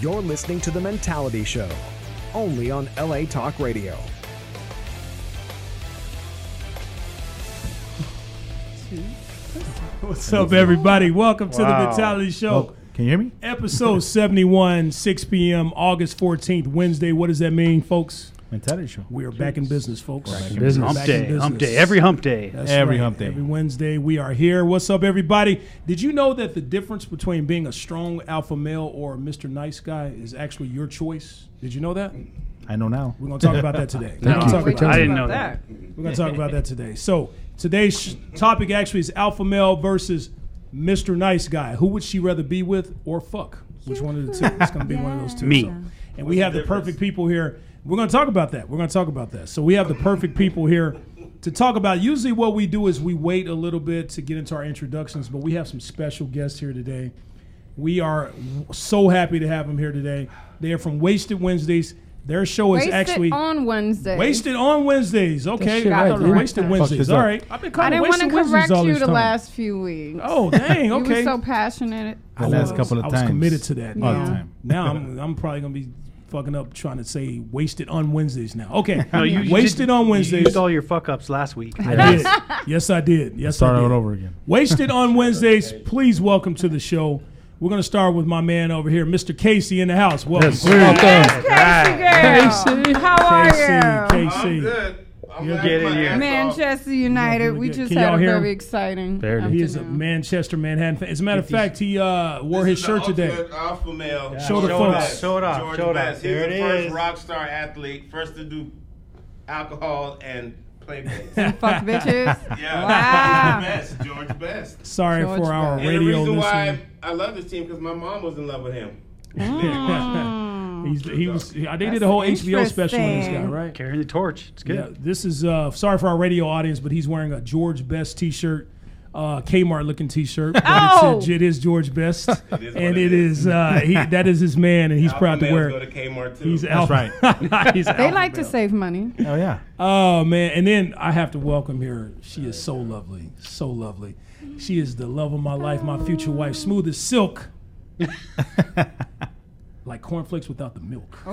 You're listening to The Mentality Show, only on LA Talk Radio. What's up, everybody? Welcome to the Wow. Mentality Show, Can you hear me? episode 71, 6 p.m., August 14th, Wednesday. What does that mean, folks? Mentality show. We are back in business, folks. business. Back Hump in day, hump business. day, every hump day. That's Every hump day. Every Wednesday, we are here. What's up, everybody? Did you know that the difference between being a strong alpha male or a Mr. Nice Guy is actually your choice? Did you know that? I know now. We're going to talk about that today. No, We're gonna talk for about- I didn't know that. We're going to talk about that today. So today's sh- topic actually is alpha male versus Mr. Nice Guy. Who would she rather be with or fuck? Which one of the two? It's going to be one of those two. Me. So- And we have the perfect people here. We're going to talk about that. We're going to talk about that. So we have the perfect people here to talk about. Usually, what we do is we wait a little bit to get into our introductions, but we have some special guests here today. We are so happy to have them here today. They are from Wasted Wednesdays. Their show is Wasted actually on Wednesday. Wasted on Wednesdays. Okay, I thought shit right, it was dude. wasted Fuck Wednesdays. this All up. right, I've been I calling didn't want to wasted Wednesdays correct all you this the time. last few weeks. Oh dang, you okay. were so passionate. The last couple of I was times. committed to that. All Yeah. the time. Now I'm, I'm probably gonna be fucking up trying to say wasted on Wednesdays now. Okay, No, you- you wasted did- on You Wednesdays. used all your fuck ups last week. I did. yes, I did. Yes, Start I did. all over again. Wasted on Wednesdays. Please welcome to the show. We're gonna start with my man over here, Mr. Casey, in the house. Welcome, Casey girl, how are you? Casey. I'm Casey. good. I'm You're laughing good in my here. ass off. Manchester United. doing We good. just Can had y'all a hear him? very exciting. There it is. He is a afternoon. Manchester Manhattan fan. As a matter of fact, he uh, wore This his is shirt the today. ultimate Alpha male. Show the folks. Jordan Best. Show it off, Jordan show it off. Best. He's There the it first is. rock star athlete, first to do alcohol and play bass. Fuck bitches. Yeah, Wow. George Best. George Best. Sorry George for our Bell. And the radio reason why listening. I love this team because my mom was in love with him. He's, he was. They did That's a whole HBO special on this guy, interesting. right? Carrying the torch. It's Yeah. good. This is. Uh, sorry for our radio audience, but he's wearing a George Best T-shirt. Uh, Kmart looking T-shirt, but Oh! it's, it is George Best, is what and it it is. is uh, he, that is his man, and he's Alpha proud to males wear. Go it. to Kmart too. He's That's alpha. right. he's They alpha like to male. save money. Oh yeah. Oh man! And then I have to welcome her. She is so lovely, so lovely. She is the love of my life, my future wife, smooth as silk, like cornflakes without the milk. Ooh,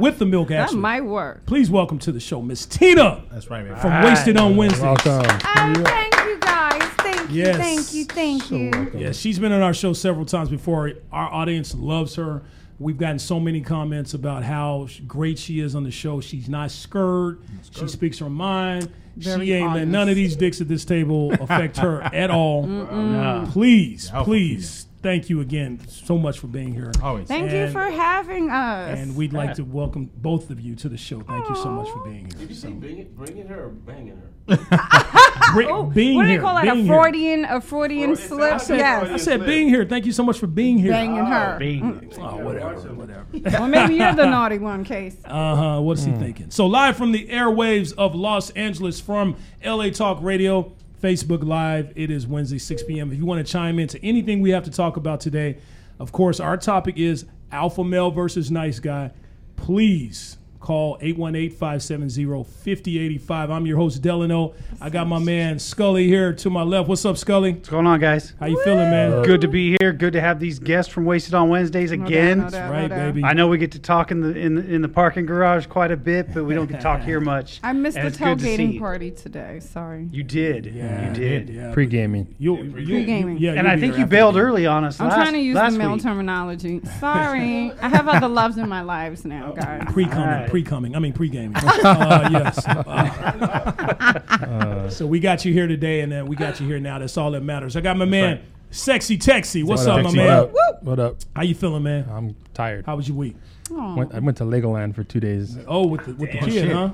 With the milk, Oh. that actually. might work. Please welcome to the show, Miss Tina That's right, man. from Wasted on Wednesday. Oh, thank you guys. Thank you. Yes. Thank you. Thank you. Yeah, she's been on our show several times before. Our audience loves her. We've gotten so many comments about how sh- great she is on the show. She's not scared. She speaks her mind. Very she ain't let honest. none of these dicks at this table affect her at all. Please, Alpha please, thank you again so much for being here. Always. Thank And- you for having us. And we'd like to welcome both of you to the show. Thank you so much for being here. Did you say bringing, bringing her or banging her? Bri- being Oh, what do here, you call that? being A here. Freudian, a Freudian Freudian slip? slip. I Yes. said being here. Thank you so much for being here. Banging her. Bing. Oh, whatever, whatever. Well, maybe you're the naughty one, Case. Uh huh. What is he thinking? So live from the airwaves of Los Angeles, from LA Talk Radio, Facebook Live. It is Wednesday, 6 p.m. If you want to chime in to anything we have to talk about today, of course, our topic is alpha male versus nice guy. Please call 818-570-5085. I'm your host Delano. I got my man Scully here to my left. What's up, Scully? What's going on, guys? How you feeling, man? Good to be here. Good to have these guests from Wasted on Wednesdays No doubt, again. no doubt, no Right, doubt. baby. I know we get to talk in the in the, in the parking garage quite a bit, but we don't get to talk here much. I missed And the it's good to see. tailgating party today. Sorry. You did. Yeah, you did. Yeah, Pre gaming. you, you, you, Pre-gaming. yeah, And you'll I be think here you after bailed the game. early on us I'm last trying to use the last male week. terminology. Sorry. I have other loves in my lives Oh. now, guys. Pre-coming, Alright. pre-coming. I mean, pre-gaming. uh, yes. Uh, so we got you here today, and then we got you here now. That's all that matters. I got my man, Sexy Texy. What's up, my What man? up? What up? How you feeling, man? I'm tired. How was your week? Went- I went to Legoland for two days. Oh, with the with the kid, shit. huh?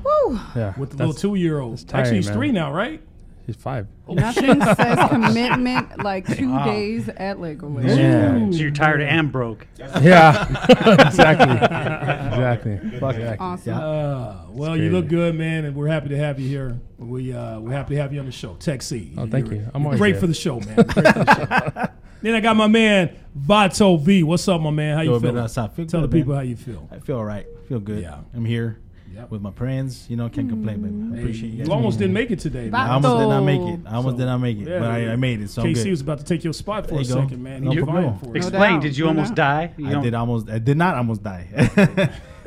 Yeah. With the that's- little two-year-old. tiring, Actually, he's man. three now, right? Oh, He's five. Nothing says commitment like two days at Legoland. Yeah. So you're tired and broke. Yeah. exactly. exactly. Fuck that. Ah. Awesome. Uh, well, you crazy. look good, man, and we're happy to have you here. We uh, we're happy to have you on the show, Texy. Oh, thank you. I'm always Great here. for the show, man. Great for the show. then I got my man Vato V. What's up, my man? How you Yo, man, feeling? that's how I feel Tell good, the people man. how you feel. I feel all right. Feel good. Yeah. I'm here. Yep. with my friends. You know, can't complain, baby. I appreciate you. You guys. almost didn't make it today. Bye. I Man. almost did not Bato. make it. I almost So, did not make it, yeah, but I, yeah. I made it. So I'm KC good. was about to take your spot for There a you go. second, man. No He was problem. vying for it. Explain. doubt, did you no almost die? You I don't- did almost. I did not almost die.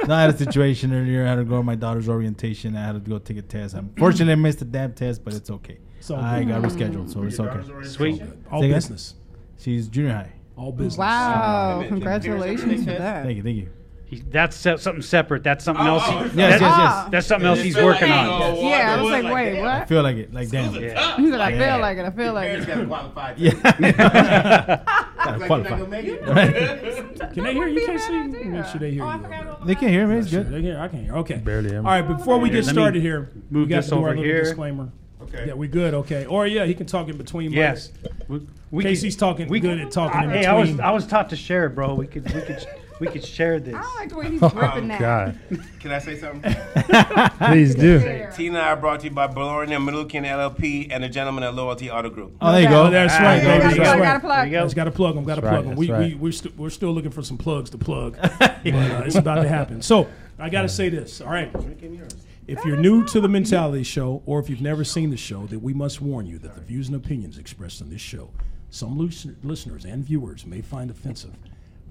no, I had a situation earlier. I had to go to my daughter's orientation. I had to go take a test. Unfortunately, I missed the damn test, but it's okay. So I got rescheduled, so it's okay. Sweet. all Say again? business. She's junior high. All business. Wow! Imagine. Congratulations for that. Thank you, thank you. He, that's se- something separate. That's something Oh, else. he- oh, yes, yes, that's, yes. that's something else It he's felt working like- on. Oh, Yeah, I was like, damn. wait, I what? feel like it. Like damn. He's Yeah. like, He's like, I Yeah. feel like it. I feel like Parents it. gotta qualify. Yeah. Like, Gotta you're not qualify. gonna make it. Can they hear you, That KC? would be a bad Make sure they hear you. idea. Oh, I forgot all They can hear me. It's Sure, good. they can. I can hear. Okay. Barely, I All mean. right. Before we get Let me started here, move we got this to do over our little here. disclaimer. Okay. Yeah, we good. Okay. Or yeah, he can talk in between. Yes. mics. We, we Casey's talking we good at talking in Hey, I was between. I was taught to share, it, bro. We could we could we could share this. I don't like the way he's Oh, gripping that. God, Can I say something? please do. There. Tina and I are brought to you by Ballorin and Middleton LLP and the gentleman at Loyalty Auto Group. Oh, there you Okay. go. Oh, That's Ah, right. there baby. you Gotta That's plug, right. gotta plug. There I just got to plug them. Got to That's plug right, them. We, that's we, right. we're, st- we're still looking for some plugs to plug. But, uh, it's about to happen. So I got to say this. All right. If you're new to the Mentality Show, or if you've never seen the show, that we must warn you that the views and opinions expressed on this show, some listen- listeners and viewers may find offensive.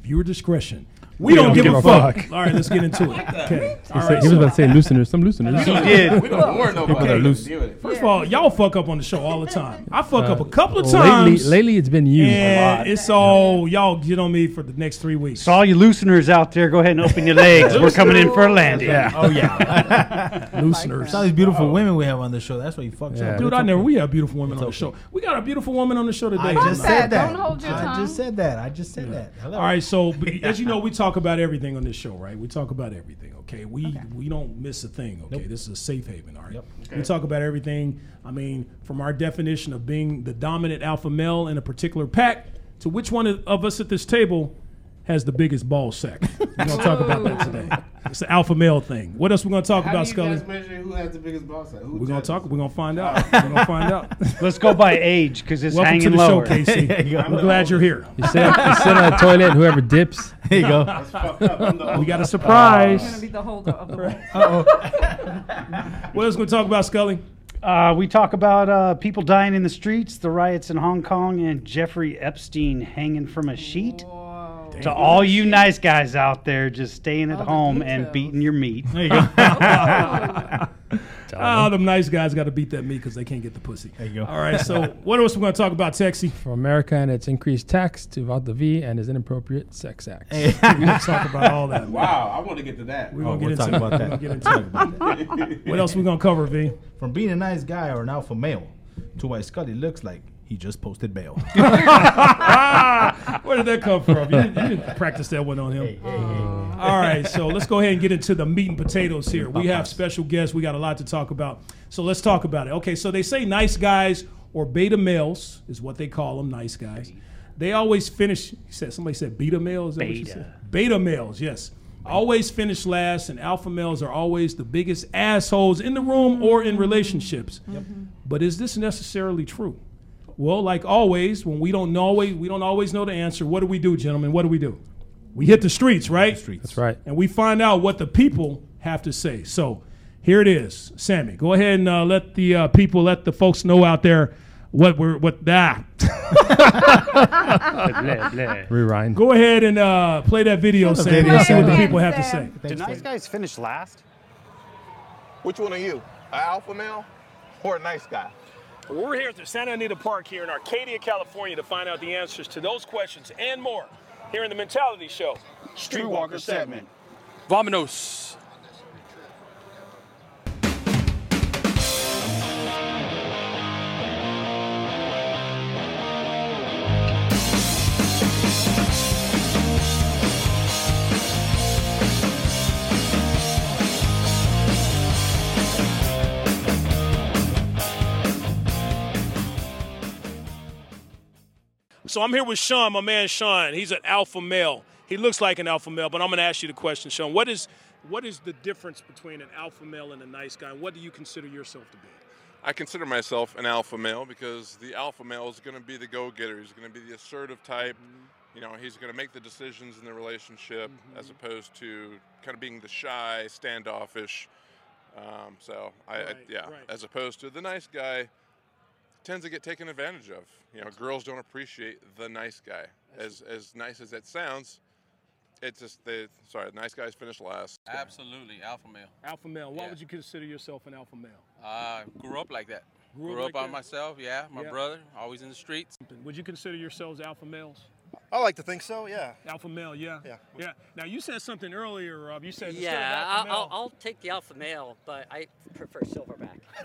Viewer discretion. We, don't, give, a fuck. All right, let's get into it. Okay. All He right. was so- about to say looseners, some looseners. He did. We don't reward nobody. that are loose. Deal with it. First of all, y'all fuck up on the show all the time. I fuck up a couple of Uh, Lately, times. lately it's been you a and lot. it's all y'all get on me for the next three weeks. So all you looseners out there, go ahead and open your legs. We're coming in for a landing. Oh yeah. looseners. All these beautiful women we have on the show. That's why you fucked Yeah. up. Dude, It's I never. okay. We have beautiful women on the show. We got a beautiful woman on the show today. I Fuck just that. said that. Don't hold your I tongue. just said that. I just said that. Hello. All right, so but as you know, we talk about everything on this show, right? We talk about everything. Okay, we we don't miss a thing. Okay, this is a safe haven. All right, we talk about everything. I mean, from our definition of being the dominant alpha male in a particular pack to which one of- of us at this table has the biggest ball sack. We're gonna talk about that today. It's the alpha male thing. What else we gonna talk How about, do you Scully? guys measure who has the biggest ball sack? Who We're gonna judges? talk. We're gonna find out. We're gonna find out. Let's go by age because it's Welcome to hanging the lower. show, Casey. We're glad you're here. You sit, on, you sit on a toilet, and whoever dips. There you go. It's fucked up. I'm the We oldest. got a surprise. Gonna be the holder of the ball. What else we gonna talk about, Scully? Uh, we talk about uh, people dying in the streets, the riots in Hong Kong, and Jeffrey Epstein hanging from a sheet. Whoa. To all you nice guys out there, just staying at All the home and details. beating your meat. There you go. Ah, them nice guys got to beat that meat because they can't get the pussy. There you go. All right, so what else we gonna talk about, Texie? For America and its increased tax to vote the V and his inappropriate sex acts. We're gonna talk about all that. We're Wow, I want to get to that. gonna we'll get talk into about it. that. We're gonna get into it. What else we gonna cover, V? From being a nice guy or an alpha male to why Scotty looks like he just posted bail. Where did that come from? You didn't, you didn't practice that one on him. All right, so let's go ahead and get into the meat and potatoes here. We have special guests. We got a lot to talk about. So let's talk about it. Okay, so they say nice guys or beta males is what they call them, nice guys. They always finish, you said, somebody said beta males? Is that what you Beta. said? Beta males, yes. Always finish last, and alpha males are always the biggest assholes in the room or in relationships. But is this necessarily true? Well, like always, when we don't know, always we don't always know the answer. What do we do, gentlemen? What do we do? We hit the streets, right? Streets. That's right. And we find out what the people have to say. So here it is, Sammy. Go ahead and uh, let the uh, people, let the folks know out there what we're what that. Blah, blah. Rewind. Go ahead and uh, play that video, the Sammy. video, and see what the Sam. people have to say. Sam. Thanks, nice Scotty. guys finish last? Which one are you? An alpha male or a nice guy? We're here at the Santa Anita Park here in Arcadia, California, to find out the answers to those questions and more here in the Mentality Show. Streetwalker segment. Vominos. So I'm here with Sean, my man Sean. He's an alpha male. He looks like an alpha male, but I'm going to ask you the question, Sean. What is what is the difference between an alpha male and a nice guy? And what do you consider yourself to be? I consider myself an alpha male because the alpha male is going to be the go getter. He's going to be the assertive type. You know, he's going to make the Mm-hmm. decisions in the relationship as opposed to kind of being the shy, standoffish, Um, so I, I Right, yeah, right. as opposed to the nice guy tends to get taken advantage of. You know, girls don't appreciate the nice guy. As as nice as that sounds, it's just the sorry, the nice guys finish last. Absolutely, alpha male. Alpha male. Why Yeah. would you consider yourself an alpha male? Uh, grew up like that. Grew up Grew, like up by that? myself. Yeah, my Yeah. brother always in the streets. Would you consider yourselves alpha males? I like to think so. Yeah. Alpha male, yeah. Yeah. Yeah. Now you said something earlier, Rob. You said instead of Yeah, alpha I'll, male- I'll, I'll take the alpha male, but I prefer silverback.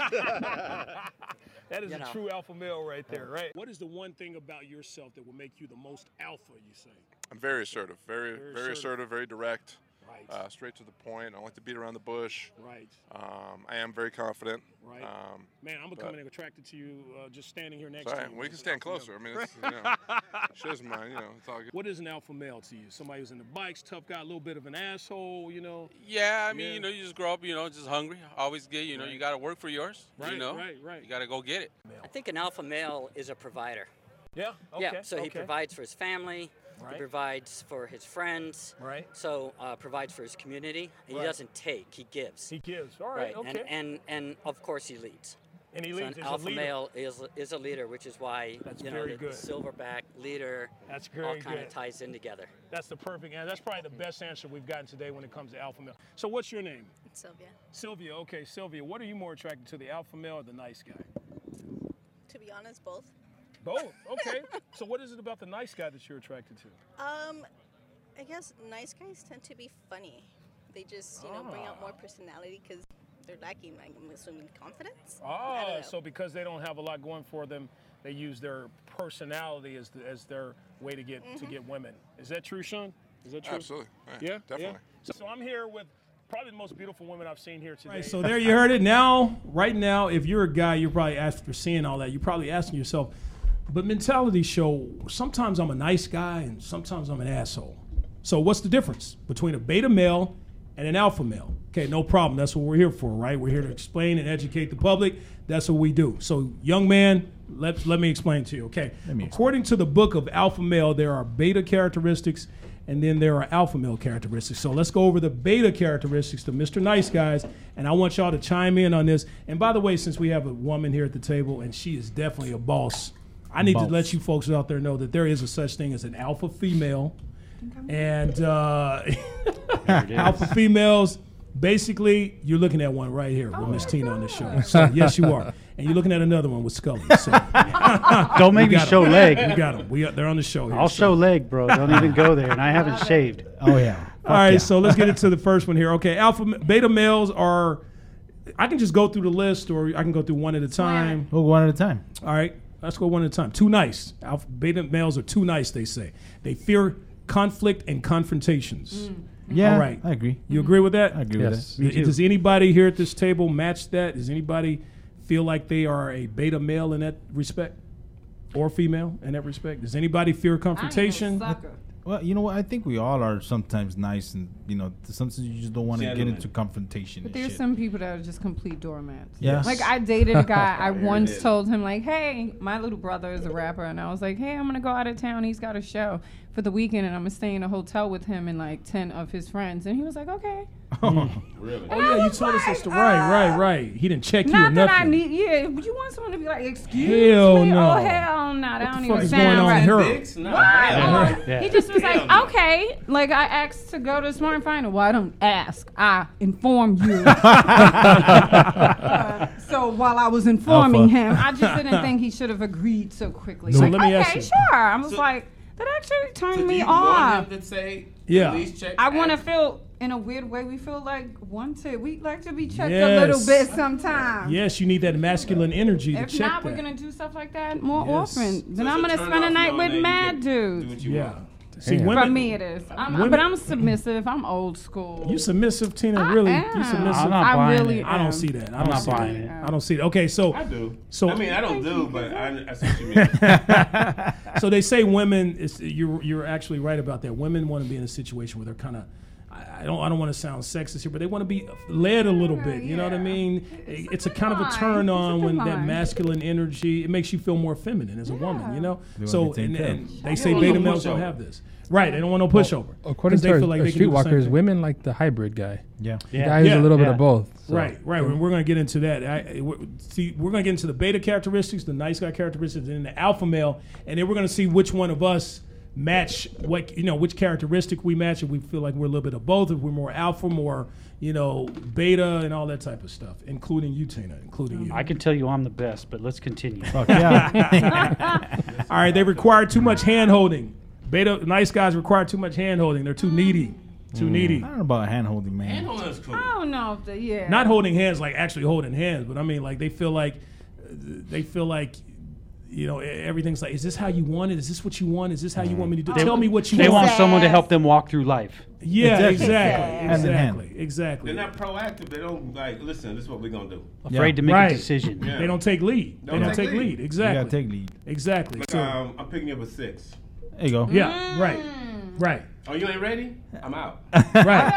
that is you a know. true alpha male right there, right? What is the one thing about yourself that will make you the most alpha? You say. I'm very assertive, very Very very, assertive. assertive. very direct, Right. uh, straight to the point. I don't like to beat around the bush. Right. Um, I am very confident. Right. Um, Man, I'm but- becoming attracted to you uh, just standing here next Sorry, to you. we as can an stand alpha male. closer. I mean, it's, you know, shit's mine. You know, it's all good. What is an alpha male to you? Somebody who's in the bikes, tough guy, a little bit of an asshole, you know? Yeah, I mean, Yeah. you know, you just grow up, you know, just hungry. Always get, you know, you got to work for yours. Right, you know, right, right. You got to go get it. I think an alpha male is a provider. Yeah. yeah, so he provides for his family. Right. He provides for his friends. Right. So uh, provides for his community. And Right. He doesn't take; he gives. He gives. All right. And, Okay. and and of course he leads. And he So leads. an He's a alpha leader. male is is a leader, which is why That's you know very the good. silverback leader. That's all very kind good. of ties in together. That's the perfect answer. That's probably the best answer we've gotten today when it comes to alpha male. So what's your name? Sylvia, Sylvia. Okay, Sylvia, what are you more attracted to, the alpha male or the nice guy? to be honest, both. Both. Okay. so what is it about the nice guy that you're attracted to? Um, I guess nice guys tend to be funny. They just, you know, bring out more personality because they're lacking, like, I'm assuming, confidence. I don't Ah, know. so because they don't have a lot going for them, they use their personality as, the, as their way to get Mm-hmm. to get women. Is that true, Sean? Is that true? Absolutely. Yeah, Yeah. definitely. So, so I'm here with probably the most beautiful women I've seen here today. Right, so So there you heard it. Now, right now, if you're a guy, you're probably after seeing all that, you're probably asking yourself, but mentality show, sometimes I'm a nice guy and sometimes I'm an asshole. So what's the difference between a beta male and an alpha male? Okay, no problem. That's what we're here for, right? We're here to explain and educate the public. That's what we do. So, young man, let, let me explain to you, okay? According to the book of Alpha Male, there are beta characteristics and then there are alpha male characteristics. So let's go over the beta characteristics to Mr. Nice Guys, and I want y'all to chime in on this. And by the way, since we have a woman here at the table, and she is definitely a boss, I need Boss. to let you folks out there know that there is a such thing as an alpha female, and uh, is. alpha females. Basically, you're looking at one right Oh here with Miss Tina on the show. So yes, you are, and you're looking at another one with Scully. So. Don't make We me got 'em. show leg. We got them. We are, they're on the show here. I'll show leg, bro. Don't even go there. And I haven't shaved. Oh, yeah. All right, so let's get into the first one here. Okay, alpha beta males are. I can just go through the list, or I can go through one at a time. We'll go one at a time. All right, let's go one at a time. Too nice. Alpha beta males are too nice. They say they fear conflict and confrontations. Mm. Yeah, All right. I agree. You agree with that? I agree with Yes. that. Me too. Does anybody here at this table match that? Does anybody feel like they are a beta male in that respect, or female in that respect? Does anybody fear confrontation? Well, you know what? I think we all are sometimes nice, and you know, sometimes you just don't want to get Gentlemen. into confrontation. But and there's shit. some people that are just complete doormats. Yes. Like I dated a guy. I There it once is. told him like, "Hey, my little brother is a rapper," and I was like, "Hey, I'm gonna go out of town. He's got a show for the weekend, and I'm gonna stay in a hotel with him and like ten of his friends." And he was like, "Okay." Really? Oh yeah, you told us this. To, right, right, right. He didn't check you or uh, Not that I nothing. need. Yeah, but you want someone to be like, "Excuse Hell me? no. Oh hell no! That What don't the even fuck is sound going on right." here? What? Yeah. Oh, Yeah. He just was like, Hell "Okay." Like I asked to go to Smart Final. Well, I don't ask. I inform you. So while I was Alpha. informing him, I just didn't think he should have agreed so quickly. So like, let me okay, ask you. sure. I was like, that actually turned do me you off. want him to say, Yeah. "Please check I want to feel, in a weird way, we feel like wanted. We like to be checked a Yes. little bit sometimes. Yes, you need that masculine energy to If check not, that. we're gonna do stuff like that more Yes. often. Then So I'm it's a gonna turn spend a off night now, with now you mad dudes. yeah. See, For women, me, it is. I'm, Women- but I'm submissive. I'm old school. you submissive, Tina. really, you am. submissive. I'm not I buying really it. I don't am. see that. I I'm don't not see buying that. it. I don't see that. Okay, so I do. So I mean, I don't do, but I, I see what you mean. so they say women. It's, you're you're actually right about that. Women want to be in a situation where they're kind of. I, I I don't I don't want to sound sexist here, but they want to be led a little bit. You know what I mean? It's, a, kind of a turn on when that divine. masculine energy. It makes you feel more feminine as a woman. You know. They wanna so be taken and, care of. and Yeah, they say they beta don't want males no don't pushover. have this. Right. They don't want no pushover. According 'Cause to they our, feel like our they can do the same streetwalkers, thing. women like the hybrid guy. Yeah. The guy who's a little bit yeah. of both. so- Right, right. We're, going to get into that. I, I- we're- see, we're going to get into the beta characteristics, the nice guy characteristics, and then the alpha male, and then we're going to see which one of us match what you know which characteristic we match if we feel like we're a little bit of both if we're more alpha more you know beta and all that type of stuff including you tina including you I can tell you I'm the best, but let's continue. all right they require too much hand holding beta nice guys require too much hand holding they're too needy too Mm. needy I don't know about hand holding, man. I don't know if the yeah. not holding hands like actually holding hands but i mean like they feel like they feel like you know e- everything's like is this how you want it is this what you want is this how you want me to do They- tell me what you They want want someone to help them walk through life. yeah exactly Exactly. exactly Hand in hand. exactly, exactly. They're not proactive. They don't like listen. This is what we're gonna do. Afraid to make Right. a decision. they don't take lead they don't take lead, exactly gotta take lead. exactly Like, So- um, I'm picking you up a six. There you go. yeah right right Oh, you ain't ready? I'm out. right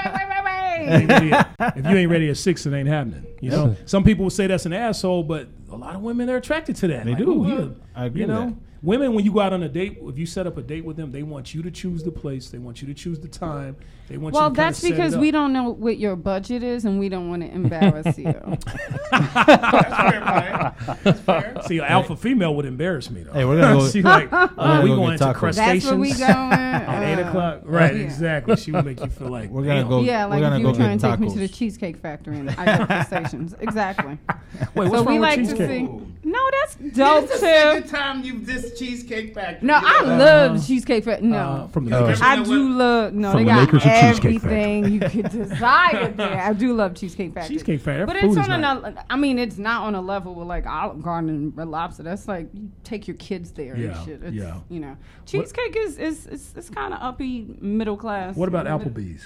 if you ain't ready at six it ain't happening you know Yeah. some people will say that's an asshole but a lot of women are attracted to that They Like, do. ooh, Yeah. I agree you with know that. women when you go out on a date if you set up a date with them they want you to choose the place they want you to choose the time they want Well, you to that's kinda set it because up. we don't know what your budget is, and we don't want to embarrass you. See, an alpha female would embarrass me though. Hey, we're gonna go- she like, We're oh, gonna we go going get to tacos. crustaceans. That's where we going, at eight uh, o'clock. Right, yeah. exactly. She would make you feel like We're gonna damn. go- yeah, we're like gonna if you were go trying get to take me to tacos. the Cheesecake Factory and I go to stations. Exactly. Wait, what's so wrong we with like cheesecake? to see. No, that's dope This is the too. second time you've dissed Cheesecake Factory. Oh, No, I love Cheesecake Factory. No, Uh, from Oh. the Lakers. I do love. No, From they the got Lakers to Cheesecake Factory. everything you could desire there. I do love Cheesecake Factory. Cheesecake Factory, but that it's food is on another. I mean, it's not on a level with like Olive Garden and Red Lobster. That's like you take your kids there Yeah, and shit. It's, yeah. You know, cheesecake is is is, is kind of uppy middle class. What about Mid- Applebee's?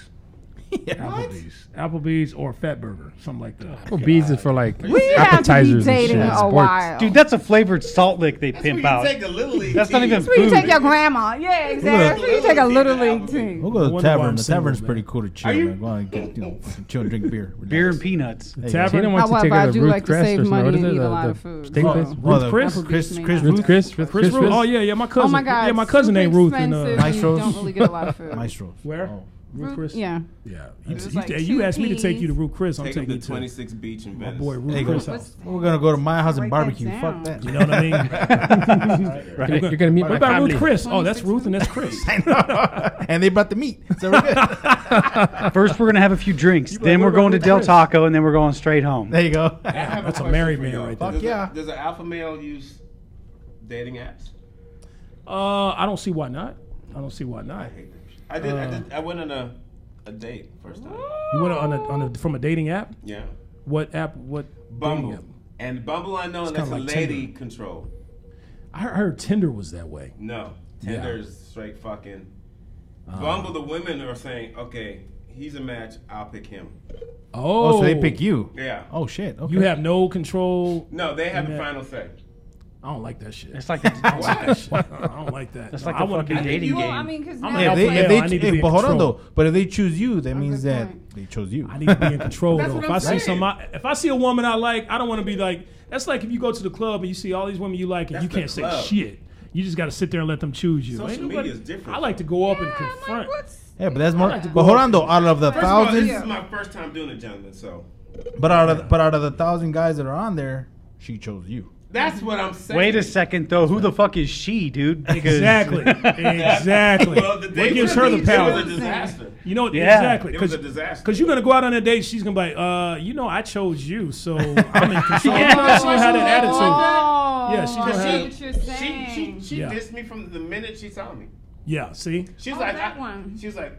Applebee's, Applebee's, or Fatburger, something like that. Applebee's is for like We have to be appetizers and shit. dating a sports. while. Dude, that's a flavored salt lick they pimp out. That's not even That's where you food. take your grandma. Yeah, exactly. That's where you take a little league We'll team. go to wonder the why I'm tavern. The single, tavern's man. pretty cool to chill. Man. Go out and get, you know, fucking chill and drink beer. Beer and peanuts. Hey, Tavern? Tina wants to take However, I her to do Ruth like to Chris save or something. money What is and it? eat a The- lot the of food. steak Oh. place? Ruth Ruth the- Chris? Chris, Ruth Chris, Chris Ruth, Chris, Ruth Chris, Chris, Ruth. Ruth. Oh yeah, yeah. My cousin. Oh my god. Yeah, my cousin super named Ruth. And, uh, expensive. You Maestros. don't really get a lot of food. Maestros. where? Oh. Ruth Chris. Yeah. Yeah. It You, was you- like hey, you two asked me to take peas. you to Ruth Chris. I'm Take taking him you to to my 26 Beach in Venice. boy Ruth Hey, go. Chris house. What's- We're gonna go to my house and Write that barbecue. Fuck down. that. You know what I mean? right. You're gonna- you're gonna meet What my about family. Ruth Chris? Oh, that's Ruth and that's Chris. and they brought the meat. So we're good. First, we're gonna have a few drinks. You then like, we're what going to about Del Chris? Taco, and then we're going straight home. there you go. Damn, that's a married man right there. Does, yeah. a, does an alpha male use dating apps? Uh, I don't see why not. I don't see why not. I did. I did. I went on a a date first time. You went on a, on a from a dating app. Yeah. What app? What Bumble. dating app? And Bumble, I know, and kinda that's a like lady Tinder. control. I heard Tinder was that way. No, Yeah. Um, Tinder is straight fucking. Bumble, the women are saying, okay, he's a match. I'll pick him. Oh, Oh, so they pick you. Yeah. Oh shit. Okay. You have no control. No, they have the Yeah. final say. I don't like that shit. It's like the, I don't like that shit. I don't like that. it's No, like I the wanna fucking be- dating You game. know, I mean, because I'm now an If alpha they, male, if they, I need to hey, be in but hold on control. though. But if they choose you, that means good that point. they chose you. I need to be in control That's though. what If I'm I see saying. some, I- if I see a woman I like, I don't want to be like. That's like if you go to the club and you see all these women you like and That's you the can't say club. shit. You just got to sit there and let them choose you. Social Ain't media nobody- is different. I like to go up and I'm like, confront. what's- Yeah, but that's more. like to but go hold out on though. Out of the First of all, this thousands, is my first time doing a gentleman, so but out of the, but out of the thousand guys that are on there, she chose you. that's what I'm saying. Wait a second, though. Who the fuck is she, dude? Because- Exactly. exactly. Well, the what date gives was- her the It was a power? disaster. You know, Yeah. exactly. It was Because a disaster. you're gonna go out on a date, she's gonna be like, uh, you know, I chose you, so I'm in control. She Oh, had an attitude. Oh, Yeah, she I just see had- what you're She saying. she she Yeah. dissed me from the minute she saw me. Yeah. See. She was Oh, like, that I, one. She was like,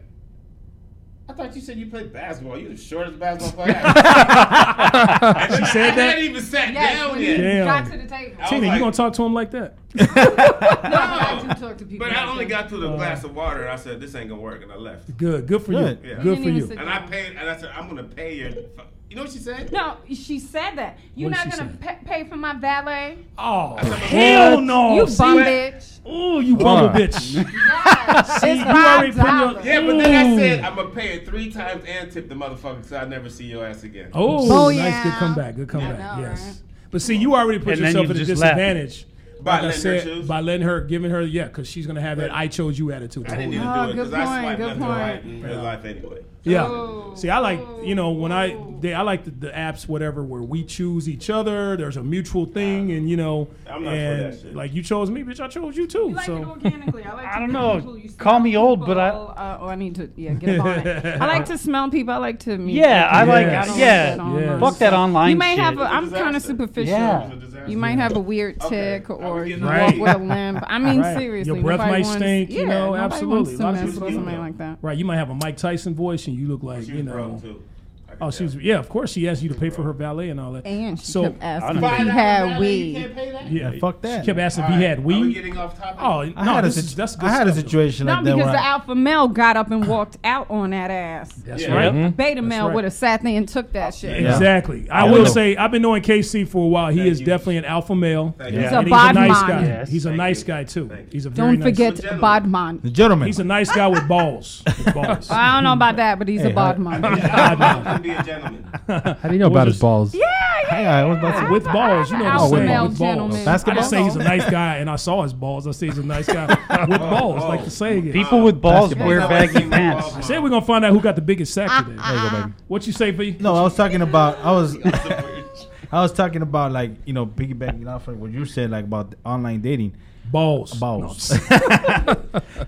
I thought you said you played basketball. You're the shortest basketball player. I she said I that? hadn't even sat yes, down when yet. you Damn. got to the table. I was Tina, like- you gonna talk to him like that? no, I do talk to people. But I like only that. got through Uh, the glass of water, and I said, "This ain't gonna work," and I left. Good. Good for you. Good. Yeah. Good You for didn't even you. sit And I paid, and I said, "I'm gonna pay your." fu-" You know what she said? No, she said that. You're What did not she gonna pa- pay for my valet. Oh hell no! You See? bum bitch. Oh, you bumble Uh. bitch. See, It's you already put $5. your- Yeah, but then I Ooh. said I'm gonna pay it three times and tip the motherfucker, so I never see your ass again. Oh, nice. Good comeback. Good comeback. yes. But see, you already put And then yourself you at a just laugh. disadvantage. By Like I letting her said, choose? By letting her, giving her, yeah, because she's going to have that I chose you attitude. the I whole didn't need to time. Oh, do it because I swipe left and right in Yeah. real life anyway. Yeah. See, I like you know when I they I like the, the apps whatever where we choose each other. There's a mutual thing, and you know, I'm not for and that shit. like you chose me, bitch. I chose you too. so I don't know. Call me old, but I Uh, oh, I need to yeah get up on it. I like to smell people. I like to meet. Yeah, I people. like- don't yeah. that online Yes. Fuck that stuff. online You might shit. have. A, It's a I'm disaster. kind of superficial. Yeah. You might have a weird tick or you Right. walk with a limp. I mean, Right. seriously, your breath nobody might wants- stink. Yeah, you know, nobody absolutely. Wants A lot to of mess people with do somebody that. like that. Right. You might have a Mike Tyson voice, and you look like you know. Oh, she was yeah. Of course, she asked you to pay for her valet and all that. And she so, kept asking if he had weed. Yeah, fuck that. She kept asking if he had weed. Oh no, I had, a, this is, situ- that's good I had a stuff. situation No, like that because where the I- alpha male got up and walked out on that ass. That's Yeah. right. A beta That's male right. would have sat there and took that shit. Exactly. I Oh, Yeah. will say I've been knowing KC for a while. He is definitely an alpha male. you. He's a And bod nice man. guy. Yes. He's a nice guy too. He's a very Don't nice forget Bodman. The gentleman. He's a nice guy with balls. With balls. I don't know about that, but he's Hey, a how- Bodman. How do you know about his balls? Yeah, yeah. I was about with balls, you know what Oh, I'm with saying? balls. with balls. Gentlemen. I Basketball? just say he's a nice guy, and I saw his balls. I say he's a nice guy with balls, like the saying is. People with balls Basketball. wear baggy pants. I said we're gonna find out who got the biggest sack Ah, today. What you say, V? No, I was talking about I was I was talking about like you know piggybacking off of what you said like about online dating. Balls, balls. I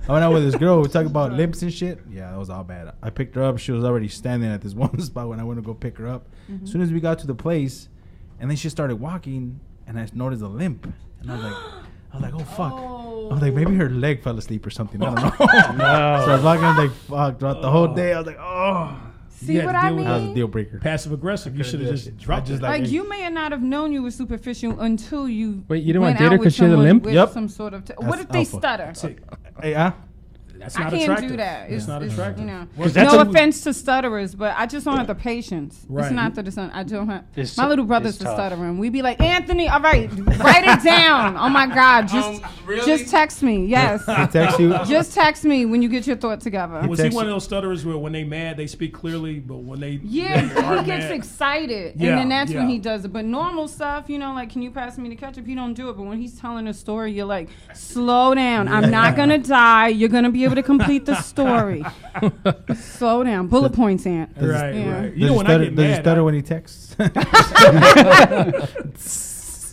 went out with this girl. We talking about lips and shit. Yeah, that was all bad. I picked her up. She was already standing at this one spot when I went to go pick her up. Mhm. Mm-hmm. As soon as we got to the place, and then she started walking, and I noticed a limp, and I was like, I was like, oh fuck. I was like, maybe her leg fell asleep or something. I don't know. Oh, No. So I was walking, I was like, fuck, throughout the whole day. I was like, oh. See what I That was a mean? deal breaker. Passive aggressive. You should have just dropped just it. Like you may not have known you were superficial until you Wait, you didn't went want to date out her with 'cause she had a someone limp? with Yep. Some sort of. T- what That's if they alpha. stutter? Hey, ah, huh? That's I not can't attractive. do that. It's It's not it's, attractive. You know, Well, that's no a- offense to stutterers, but I just don't have the patience. Right. It's not that it's not, I don't have. It's- my little it's brother's the tough. stuttering. We'd be like, Anthony, all right, write it down. Oh my Um, God, just just text me. Yes, He text you? Just text me when you get your thought together. Was he one of those stutterers where when they mad they speak clearly, but when they Yeah, when they aren't he gets mad- excited, Yeah, and then that's when yeah. he does it. But normal stuff, you know, like can you pass me the ketchup? He don't do it. But when he's telling a story, you're like, slow down. I'm not gonna die. You're gonna be able to complete the story. slow down. Bullet points, Aunt. Does he- Yeah. Does he stutter, does he stutter when he texts?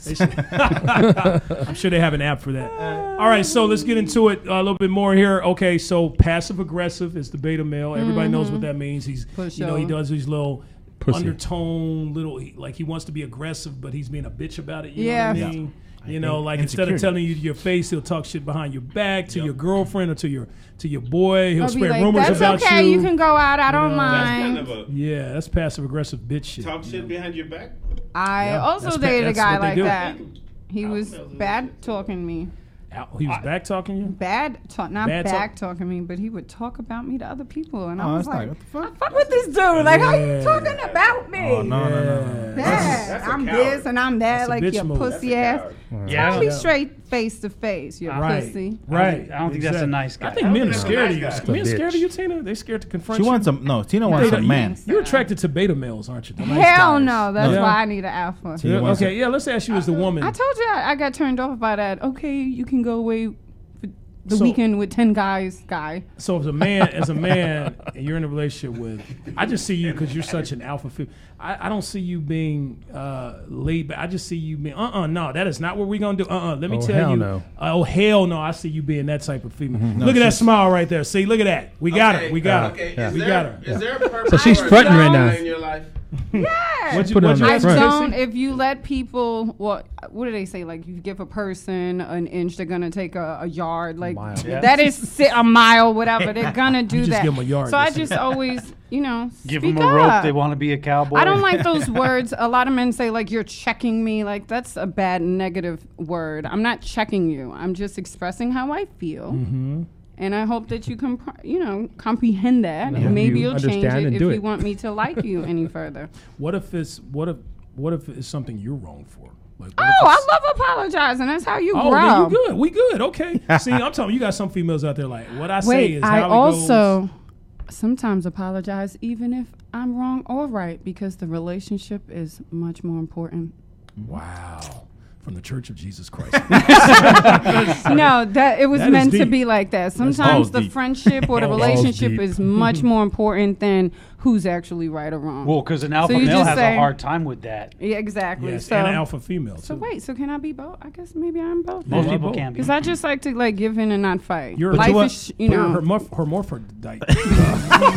They should- I'm sure they have an app for that. All right, so let's get into it uh, a little bit more here. Okay, so passive aggressive is the beta male. Everybody Mm-hmm. knows what Mhm. that means. He's Pushover. you know he does these little Pussy. undertone little he- like he wants to be aggressive, but he's being a bitch about it. You know what Yeah. I mean? Yeah. You know, And like instead of insecure. telling you to your face, he'll talk shit behind your back to your girlfriend or to your to your boy. He'll I'll be spread like, rumors that's about okay. you. You. can go out. I don't know, mind. Kind of a yeah, that's passive aggressive bitch shit. talk shit behind your back. I Yeah, also that's pa- dated a that's guy what they like do. that. He was bad talking me. Ow, He was back talking you. Bad talk, not Bad talk. back talking me, but he would talk about me to other people, and Oh, I was that's like, not- I fuck with this dude. Like, how you Yeah. talking about me? Oh, no, no, no, no. That. I'm this and I'm That's that, a like bitch your move. pussy ass. coward. Yeah. Don't be Yeah. straight face to face, you Right. pussy. Right. I don't think that's a nice guy. I think men are That's a scared nice of guy. you. Men Bitch. scared of you, Tina. They scared to confront She you. wants some- no, Tina wants They a don't- man. You're attracted to beta males, aren't you? The nice Hell guys. no. That's Yeah. why I need an alpha. Yeah, okay, yeah. Let's ask you as the woman. I told you I, I got turned off by that. Okay, you can go away for the So- weekend with ten guys, guy. so as a man, as a man, and you're in a relationship with, I just see you because you're such an alpha. Fi- I, I don't see you being uh, laid back. I just see you being, uh, uh no, that is not what we're gonna do. Uh, uh Let me Oh, tell hell you, no. Mm-hmm. oh hell no, I see you being that type of female. No, look at that she's- smile right there. See, look at that. We got her. We got Okay, her. is We there- got her. is there a purpose So she's or a fronting right job now. in your life? Yeah. What'd you- Put it what'd on you the I ask front. don't. Casey? If you let people, what what do they say? Like you give a person an inch, they're gonna take a, a yard. Like Mile. Yeah. that is si- a mile, whatever. They're gonna do You just that. give 'em a yard, so I that's it. just always, you know, Give speak them a rope. up. They want to be a cowboy. I don't like those words. A lot of men say like you're checking me. Like that's a bad negative word. I'm not checking you. I'm just expressing how I feel. Mm-hmm. And I hope that you comp- you know, comprehend I that. hope And maybe you you will change understand it and if do you it. want me to like you any further. What if it's what if what if it's something you're wrong for? Like, Oh, I love apologizing. That's how you oh, grow. then you good. We good. Okay. See, I'm telling you, you got some females out there like what I say Wait, is I how it also sometimes apologize even if I'm wrong or right because the relationship is much more important. goes. Wow. From the Church of Jesus Christ. no, that it was That is meant to deep. be like that. That's Sometimes balls the deep. friendship or the Balls relationship deep. is much more important than who's actually right or wrong. Well, because an alpha you male just has say- a hard time with that. Yeah, exactly. Yes, so and an alpha female, So wait, so can I be both? I guess maybe I'm both. Most Yeah, people both. can be. Because I just like to like give in and not fight. You're Life a is, sh- you know. her morph her morphodite.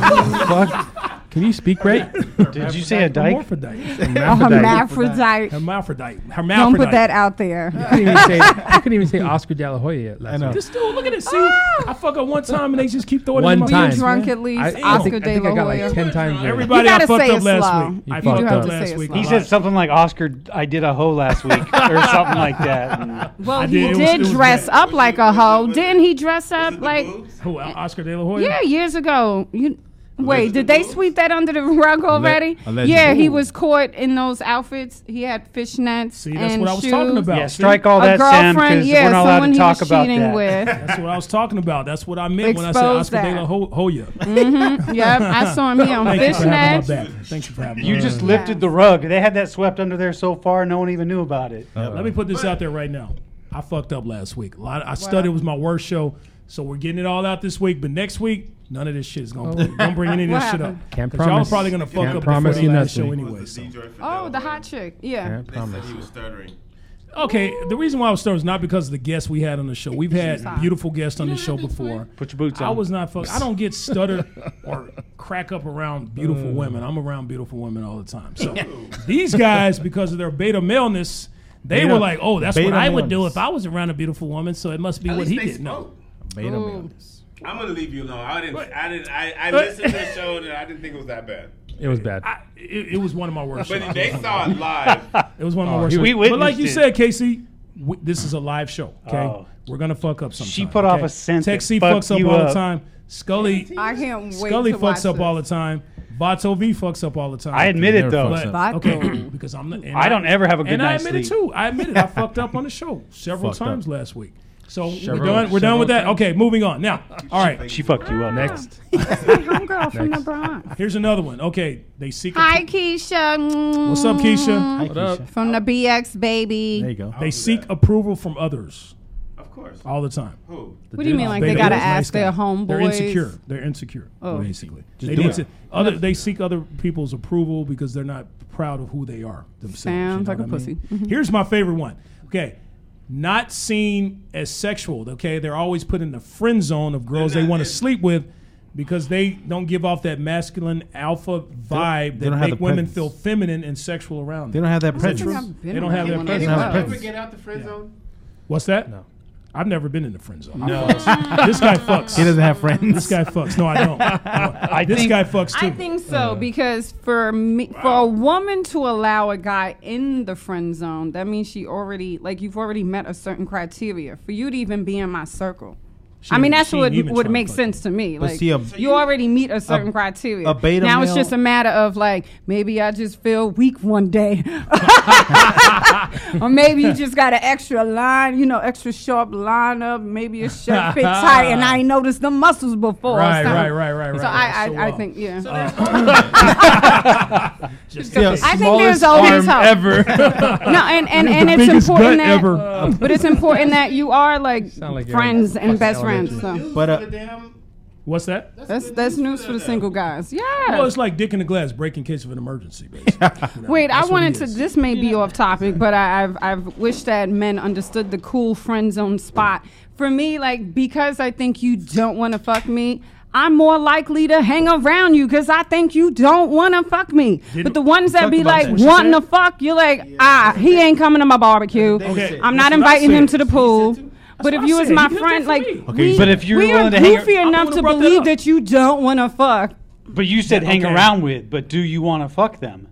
Fuck. Can you speak right? Did you say a dyke? Hermaphrodite. Oh, hermaphrodite. Hermaphrodite. Don't put Hermaphrodite. that out there. I couldn't even say, I couldn't even say Oscar De La Hoya yet. Last No. week. This dude, look at it. See, Ah! I fuck up one time and they just keep throwing it in One my time. face, drunk man. at least, I, I Oscar think, de I think la I got Hoya. like 10 times. there. Everybody I gotta fucked say up it last slow. week. You I fucked fucked up. up You have to say last it week. slow. He a said lot. something like Oscar, I did a hoe last week, or something like that. Well, I he did. It did, was- it was dress bad. up like a hoe. Didn't he dress up like? Who? Oscar De La Hoya. Yeah, years ago. You wait. Did they sweep that under the rug already? allegedly. Yeah, he Ooh. was caught in those outfits. He had fishnets See, and that's what I was shoes. talking about. Yeah, strike all A that, Sam, girlfriend, because yeah, we're not allowed someone to he talk was about cheating that. with. That's what I was talking about. That's what I meant when I said Expose Oscar De La that. Ho- Hoya. Mhm, yep, I saw him. He on Thank you for fishnets. having my back. Thank you for having Mm. You my just back. lifted the rug. They had that swept under there so far, no one even knew about it. Uh, Let me put this out there right now. I fucked up last week. A lot. I studied. It was my worst show. So we're getting it all out this week. But next week, none of this shit is gonna. Don't bring any of Oh. What this shit up. happened? Can't 'Cause Y'all promise- probably gonna can't fuck up promise before the you last nothing. show anyway. So. Oh, the hot chick. Yeah. Can't promise. He was stuttering. Okay, the reason why I was stirring is not because of the guests we had on the show. We've had beautiful guests on the show before. Put your boots on. I was not fuck. I don't get stuttered or crack up around beautiful Mm. women. I'm around beautiful women all the time. So these guys, because of their beta maleness, they Beta- were like, "Oh, that's what beta I would do maleness. if I was around a beautiful woman." So it must be At what least he they did. No, spoke. Beta Oh. male. I'm gonna leave you alone. I didn't. I didn't. I, I listened to the show and I didn't think it was that bad. It was bad. I, it, it was one of my worst. shows. But they saw it live. It was one of my Oh, worst. he was- shows. We but like you witnessed said, Casey, we, this is a live show. Okay, Oh. we're gonna fuck up sometimes. She put off okay? a scent that Texie fucked fucks up you all the up. time. Scully, I can't wait. Scully to fucks watch up this. all the time. Vato V fucks up all the time. I admit it though. But, up. okay, Vato. because I'm not. and I don't ever have a good And I night's admit it sleep. too. I admit it. I fucked up on the show several Fucked times up. last week. So we're Several- done. We're done several with that. times? Okay, moving on now. All right, She fucked you up. Next. My homegirl from the Bronx. here's another one. Okay, they seek. Hi, Keisha. What's up, Keisha? What up? From the BX baby. There you go. They seek approval from others Of course. all the time. Who? What do you mean? Like they Baby gotta Boy's nice ask guy. their homeboys? They're insecure. They're insecure. Oh. Basically, Just they do need it. to. Other, they seek other people's approval because they're not proud of who they are themselves. Sounds like what a I mean? pussy. Mhm. Here's my favorite one. Okay, not seen as sexual. Okay, they're always put in the friend zone of girls they not- want to they're- sleep with. Because they don't give off that masculine alpha vibe they that don't have make the women presence. feel feminine and sexual around They them. don't have that I don't think prejudice. I've been They don't around have that one of presence. Anyone not a those. ever presence. get out the friend zone? What's that? No. I've never been in the friend zone. No. this guy fucks. He doesn't have friends. This guy fucks. No, I don't. No. this think- guy fucks too. Mm. I think so because for me, for a woman to allow a guy in the friend zone, that means she already like you've already met a certain criteria for you to even be in my circle. I mean, ain't- that's she what ain't even would trying to make fuck sense to me. But like see, a- you already meet a certain criteria. a beta now it's male- just a matter of like maybe I just feel weak one day, or maybe you just got an extra line, you know, extra sharp line up. Maybe your shirt fit tight, and I ain't noticed the muscles before. or Right, something. right, right, right, right. So right. I, I, So, I uh, think yeah. Yeah, I think smallest there's arm always hope. ever. no, and, and, and the it's biggest important gut that, ever. but it's important that you are like, Sound like you're friends in and best fucking friends. News So for But, uh, the damn. What's that? that's that's news for the single guys. Yeah. Well, it's like dick in the glass, break in case of an emergency. Basically. You know, Wait, I that's what wanted it to. is. This may be off topic, but I, I've I've wished that men understood the cool friend zone spot. For me, like because I think you don't want to fuck me. I'm more likely to hang around you because I think you don't want to fuck me. but the ones that talked be about like that. What she wanting to said? fuck, you're like, ah, he ain't coming to my barbecue. Okay. That's I'm not what I inviting him said. to the pool. But what if I you was said. my You did that friend, for like, me. we, but if you're we willing are to hang- goofy I'm the enough one to who brought that believe up. that you don't want to fuck. But you said Yeah, hang okay. around with, but do you want to fuck them?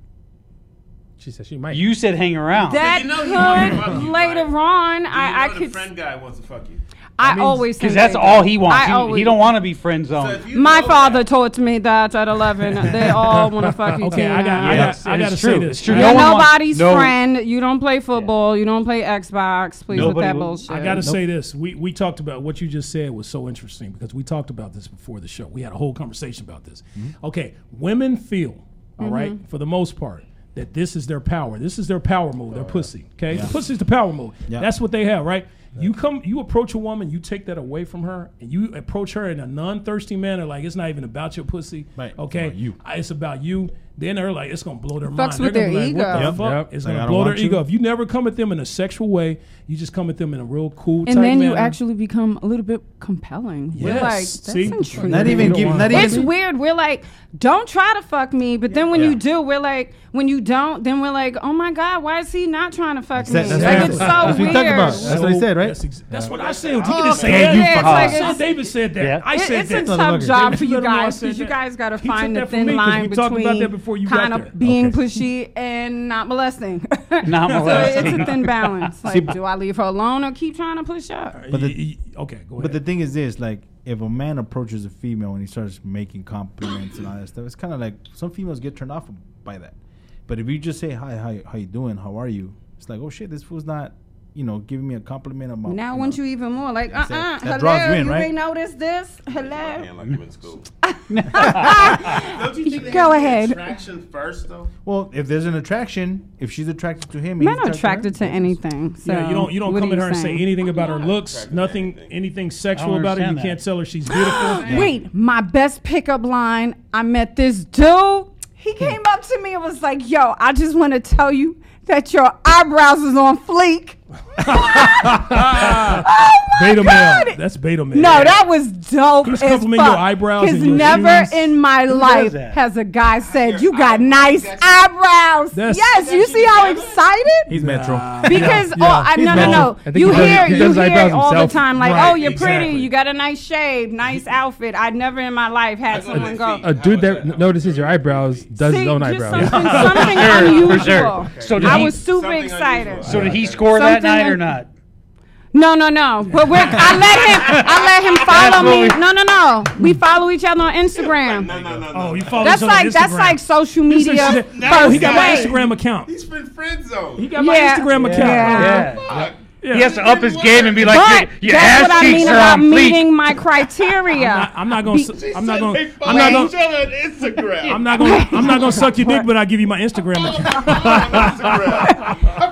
She said she might. You said hang around. That You know he wanted to could fuck you, later on, Do you I, I know the could. friend guy wants to fuck you. I always because think that's they do. all he wants. I He, always- he don't want to be friend zoned. Oh. My father told me that at 11, they all want to fuck you. Okay, too. I got. I Yeah. got. I It's got to true. say this. It's true. You're No one wants- nobody's no- friend. You don't play football. You don't play Xbox. Please with Nobody that will- bullshit. I got to say this. We we talked about what you just said was so interesting because we talked about this before the show. We had a whole conversation about this. Mm-hmm. Okay, women feel all right Mhm. for the most part that this is their power. This is their power move. Uh, Their pussy. Okay, the pussy's the power move. That's what they have, right? You come, you approach a woman, you take that away from her, and you approach her in a non-thirsty manner, like it's not even about your pussy. Right. Okay. It's about you. It's about you. Then they're like, it's gonna blow their Fucks mind. They're with their gonna be like, what ego. the Yep. fuck? Yep. It's Like, I gonna don't blow their want you. ego. If you never come at them in a sexual way, you just come at them in a real cool. and tight then you manner. actually become a little bit compelling. We're Yes. like, that's See? intriguing. Not even You don't give- want not to. it's even- weird. We're like, don't try to fuck me. But then when you do, we're like, when you don't, then we're like, oh my god, why is he not trying to fuck me? that's like what- it's so that's what we weird. talked about. That's what he said, right? That's, ex- that's what I said. You didn't say Oh, Okay, that. you Yeah, it's fuck. like it's- Sean Davis said that. Yeah. I It- said it's that. a tough job for you Let him know I guys said because you that. guys got to He took find the that from thin me 'cause line we talked about that between before you kind got of there. being pushy and not molesting. Not so molesting. it's a thin balance. Like, See, do I leave her alone or keep trying to push up? But the, okay, go But the thing is this, like, if a man approaches a female and he starts making compliments and all that stuff, it's kind of like some females get turned off by that. But if you just say hi, hi, how you doing, how are you, it's like, oh shit, this fool's not, you know, giving me a compliment about. Now, I want you even more. Like, uh uh That's it. That hello, draws you in, you right? ain't noticed this? Hello. Like you in school. Don't you think they Go have the ahead. Attraction first though. Well, if there's an attraction, if she's attracted to him, and Men he's are attracted to anything. So yeah, you don't you don't what come are at her and saying? say anything about her looks, nothing, anything sexual about her. You understand that. can't tell her she's Oh beautiful. Wait, my best pickup line. I met this dude. Hmm. He came up to me and was like, "Yo, I just want to tell you that your eyebrows is on fleek." Oh beta male. That's beta male. No, that was dope. He's as complimenting your fuck. eyebrows Cause and your never shoes. in my Who does life that? has a guy said, "You got nice eyebrows." That's- yes, you see how excited? He's metro. Because oh, I, no, no, no. You hear, you hear it all the time, like, "Oh, you're pretty. You got a nice shave, nice outfit." I never in my life had someone go. A dude that n- notices your eyebrows does his own eyebrows. something- something unusual. So did I he- was super Something excited. unusual. So did he score that Something night or un- not? No, no, no. But we're, I let him. I let him follow me. No, no, no. We follow each other on Instagram. Oh, you follow each That's other on like that's Instagram. like social He said media. she did- Oh, he got my first date. Instagram account. He's been friend zoned. He got my Yeah. Instagram account. Yeah. Yeah. He has to up his game and be like, but "Your- your that's ass what I cheeks mean are about on fleek." meeting my criteria. I'm not gonna. su- I'm not gonna. I'm not Follow each gonna. other on Instagram. I'm not gonna. I'm not gonna suck your dick, but I give you my Instagram account.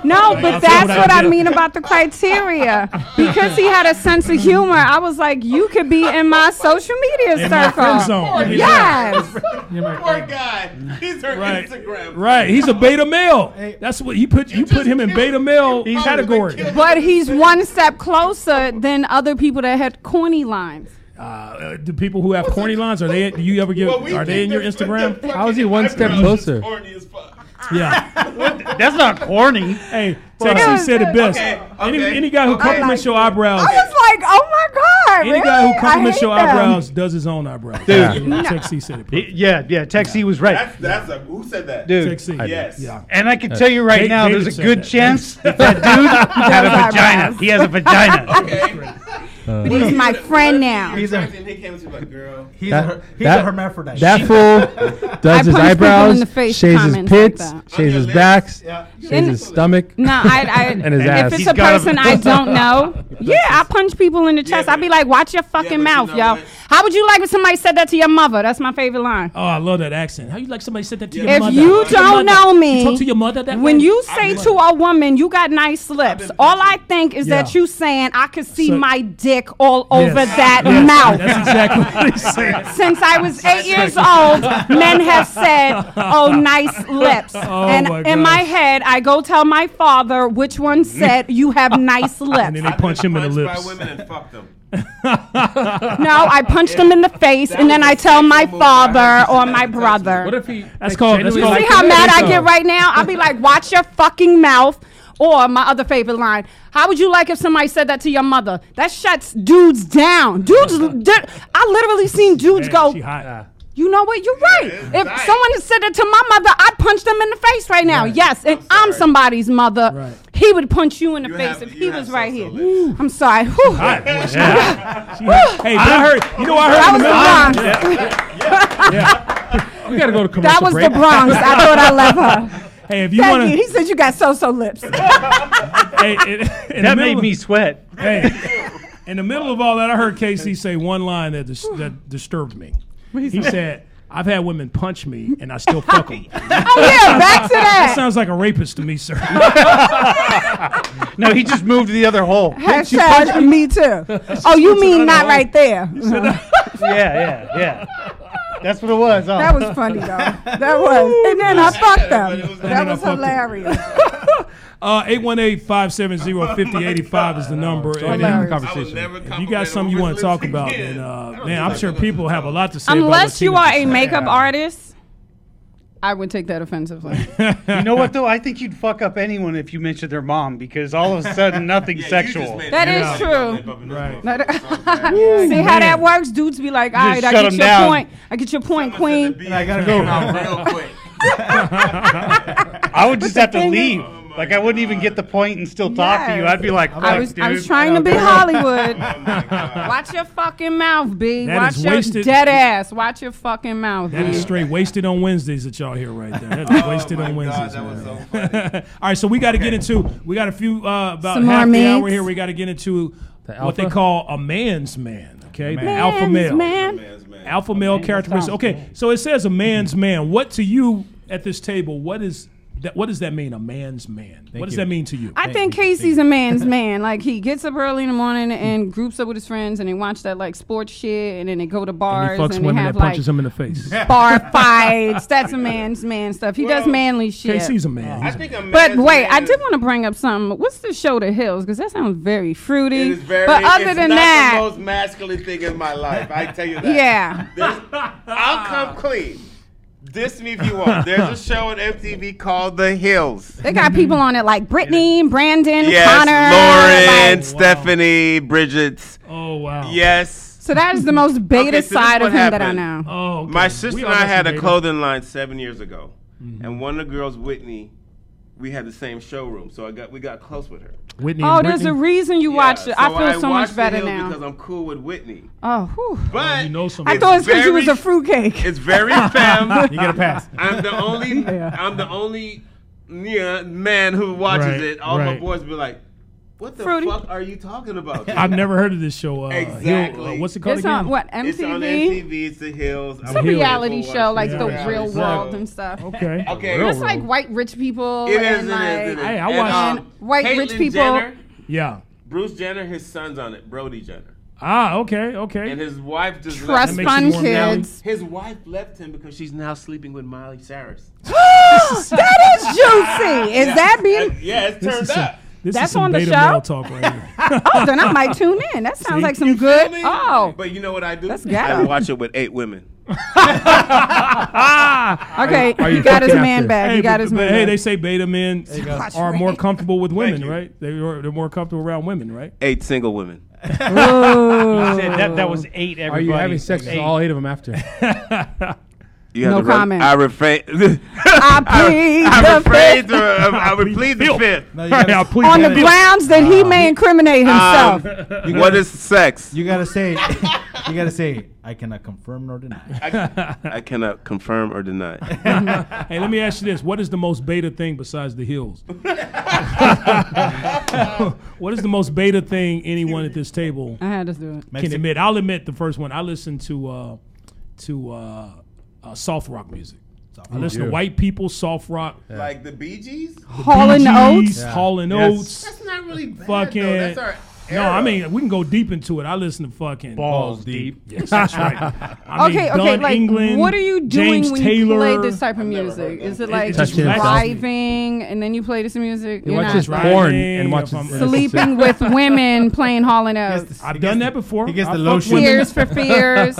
No, but That's that's what I what I did. mean about the criteria. Because he had a sense of humor, I was like, you could be in my social media In my friend zone. circle. Yes. Poor guy. He's her Instagram. Right, he's a beta male. That's what you put. You put him in beta male Oh, category. But he's one step closer than other people that had corny lines. Uh, do people who have corny lines are they? Do you ever give? Well, we Are they in think your that's Instagram? How is he one step closer? Yeah, that's not corny. Hey, Well, Texas said it best. okay, Any, okay, any guy who okay. compliments your eyebrows, I was like, oh my God. any really? guy who I compliments hate your them. eyebrows does his own eyebrows. Dude. Yeah. No. Texas said it. He- yeah, yeah. Texie was right. That's that's a who said that? Dude. Texas. Yes. Yeah. And I can tell you right Kate- now, Kate there's a said good that. chance that, that dude had a vagina. He has a vagina. But he's my friend now. He's a, he came to you like, girl. He's That- a, her- he's a that- hermaphrodite. That fool does his people in eyebrows, the face shaves his comments like pits, that. shaves his backs, shaves And- his stomach. No, I, I And his if ass. it's He's a got a- person I don't know, yeah, I punch people in the chest. I'd be like, watch your fucking mouth, y'all. How would you like if somebody said that to your mother? That's my favorite line. Oh, I love that accent. How you like somebody said that to your If mother? you Your mother. don't know me, you talk to your mother that when way? you say to a woman, you got nice lips. All I think is that Yeah. you saying I could see So- my dick all over that Yes, mouth. That's exactly what he said. Since I was eight years old, men have said, "Oh, nice lips," Oh, and my in my gosh. head, I go tell my father which one said, "You have nice And lips." then they punch him in the By lips. women and fuck them. No, I punched him in the face, and then I tell my father or my brother. What if he? That's called. That's You called see how mad I get right now? I'll be like, "Watch your fucking mouth." Or my other favorite line: How would you like if somebody said that to your mother? That shuts dudes down. Dudes, I literally seen dudes Man, go. She hot. You know what? You're right. If nice. someone had said it to my mother, I'd punch them in the face right now. Yes, if I'm, somebody's mother, he would punch you in the face if he was right here. I'm sorry. Whew. Hey, but I heard. You know, I heard. That in the was middle- the Bronx. We gotta go to commercial That was break. the Bronx. I thought I left her. Hey, if you Thank want you. to, He said you got so-so lips. Oh, hey, in- in the That middle made me sweat. Hey, in the middle of all that, I heard KC say one line that dis- that disturbed me. he He say? said, "I've had women punch me and I still fuck them." oh yeah, back to That that. sounds like a rapist to me, sir. no, he just moved to the other hole. Hashtag me too. Oh, you mean not right there? yeah, yeah, yeah. That's what it was. huh? That was funny though. That was. And then I fucked them. That then I was fucked them. hilarious. Uh, 818-570-5085 is the number. Join in on the conversation. I will If you got something you want to talk about, then, uh, man, I'm sure people have a lot to say. about Unless what you Tina are just a said. makeup artist, I would take that offensively. You know what though? I think you'd fuck up anyone if you mentioned their mom because all of a sudden nothing's sexual. That is true. Right. See how that works? Dudes be like, all right, I shut get 'em your down. point. I get your point, queen. I gotta go. Oh I would just have to thing is- leave. like I wouldn't even get the point and still talk to you. I'd be like, I was, "Fuck, I was dude." trying to be Hollywood. Watch your fucking mouth, B. That Watch is your wasted- dead ass. Watch your fucking mouth, That is B. straight wasted on Wednesdays that y'all hear right there. That's wasted on Wednesdays. man. All right, so we got to get into we got a few uh, about Some more half the hour meds. here. We got to get into what they alpha? call a man's man. Okay, the Man's alpha male, Man. alpha male characteristics. sounds Okay, so it says a man's man. What to you at this table? What is that? What does that mean? A man's man. what does you. that mean to you? I think Casey's a man's man. Like he gets up early in the morning and groups up with his friends and they watch that like sports shit and then they go to bars and, they have like him in the face. bar fights. That's a man's man stuff. He does manly shit. KC's a man. I He's a- think a But man's wait, man I is- did want to bring up something. What's the show, The Hills? Because that sounds very fruity. It is very. but other it's than not that, the most masculine thing in my life. I tell you that. yeah. There's- I'll come clean. Diss me if you want. There's a show on MTV called The Hills. They got people on it like Brittany, Brandon, Connor. Lauren, like- Stephanie, Bridget. oh wow. Yes. so that is the most beta Okay, so this side of what him that I happened. know. Oh, okay. My We sister all and got I had some a data. clothing line seven years ago, Mm-hmm. and one of the girls, Whitney, we had the same showroom, so I got we got close with her. Whitney Oh, and there's Brittany? a reason you Yeah, watch it. I feel I so watch much The better Hills now. because I'm cool with Whitney. oh, whew. But you know some- I It's thought it's because you was very- a fruitcake. It's very femme. You gotta pass. I'm the only. Yeah. I'm the only yeah, man who watches Right, it. All my right. boys be like, "What the Fruity. fuck are you talking about?" I've never heard of this show. Uh, Hill- Exactly. uh, what's it called It's again? on what It's on MTV. MTV. It's The Hills. It's a reality show, like Yeah. the Yeah. real Exactly. world and stuff. Okay. Okay. It's like white rich people It is. It and is. like It is. Hey, I And, watched- um, White rich Caitlyn people. Jenner, Yeah. Bruce Jenner, his son's on it. Brody Jenner, Ah, okay, okay. and his wife just trust makes it fund more manly. kids. His wife left him because she's now sleeping with Miley Cyrus. that is juicy. Is that being? Yeah, it's turned is a- up. This That's is some on the beta show? male talk right here. Oh, then I might tune in. That sounds like some good. Really? Oh, But you know what I do? That's I ghetto. watch it with eight women. okay. Are He you got his fucking man out there? back. He but- got his but, man. hey, back. they say beta men are more comfortable with women, you. right? They are, they're more comfortable around women, right? Eight single women. He said that that was eight. Are Everybody. you having sex with Eight. all eight of them after? You have No to re- comment. I refrain. I plead the I refrain fifth. to. um, I would plead the fifth. No, you, gotta, Now, please, on the man. grounds that he may incriminate himself. What is sex? you gotta say. You gotta say. I cannot confirm nor deny. I cannot confirm or deny. Hey, let me ask you this: What is the most beta thing besides the hills? what is the most beta thing anyone at this table I had to do it. can admit? I'll admit the first one. I listen to uh, to uh, uh, soft rock music. I listen to white people soft rock, Like the Bee Gees? Hall and Oates. Oats, Hall and Yes. Oats. That's not really bad. fucking. Though. That's our no, era. I mean we can go deep into it. I listen to fucking Balls deep. Yes, that's right. I mean, okay, okay. Don Like, England, what are you doing James when Taylor. you play this type of never music? heard Is that. it like It just relaxes me. driving and then you play this music? He You're watches not driving, porn and if watches. I'm- this. sleeping with women playing Hall and Oates. I've done that before. He gets I the fuck lotion. women- Tears for fears.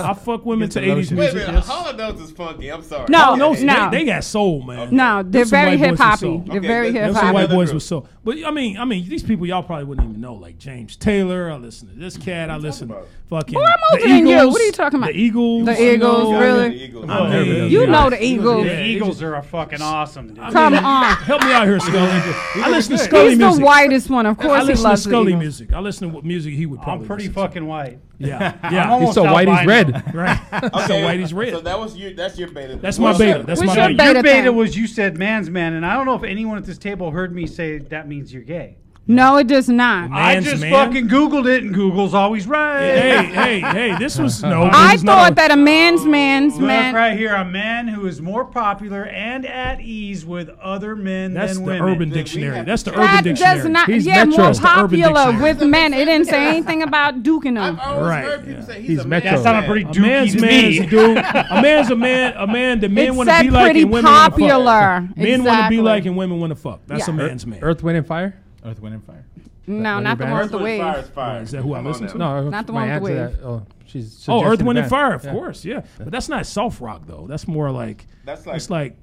I fuck women to the 80s lotion. Wait a music. minute. Hall of Those is funky. I'm sorry. No, Oh, no, no. They, they got soul, man. No, Them they're some very white boys hip with soul. hoppy. They're Okay, very that's- Them hip some Another white hoppy. boys group. with soul. But I mean, I mean, these people y'all probably wouldn't even know, like James Taylor. I listen to this cat. I listen to fucking. Boy, I'm the older than you. Eagles, What are you talking about? The Eagles. The Eagles, Yeah, I know really? the Eagles. I Yeah, mean, You know the Eagles. The Eagles are fucking awesome, dude. Come on. Help me out here, Scully. I listen to He's Scully music. the whitest one. Of course, I he listen loves to the Scully Eagles. music. I listen to what music he would probably. I'm pretty fucking white. Yeah, I'm yeah. almost so white, he's albino. red. Right. So Okay, white, he's red. So that was your that's your beta. That's my beta. That's my your beta. beta, thing? was you said man's man, and I don't know if anyone at this table heard me say that means you're gay. No, it does not. Man's I just man? fucking Googled it, and Google's always right. Hey, hey, hey! This was no. I this was not thought that a man's man's Look man. right here, a man who is more popular and at ease with other men That's than the women. Urban Dictionary. That's the That Urban Dictionary. does not. He's yeah, metro. more It's the urban popular dictionary. with men. It didn't say anything about duking them. I always Right, heard people yeah. say he's, He's a metro. man. That's not a pretty A dookie man's to man is me. a dude. A man's a man. A man that men It want to said be like pretty and women want to fuck. popular. Men want to Exactly. be like and women want to fuck. That's Yeah. a man's man. Earth, Wind, and Fire? Earth, Wind, and Fire. No, That not the Wonder one with Earth, the Wind, Fire waves. is fire. Is that who I Come listen on to? now. No, Not the my one with aunt the said wave. that- Oh, she's Oh, Earth, suggested Wind, and that. Fire, of Yeah. course. Yeah, but that's not soft rock though. That's more like That's like it's like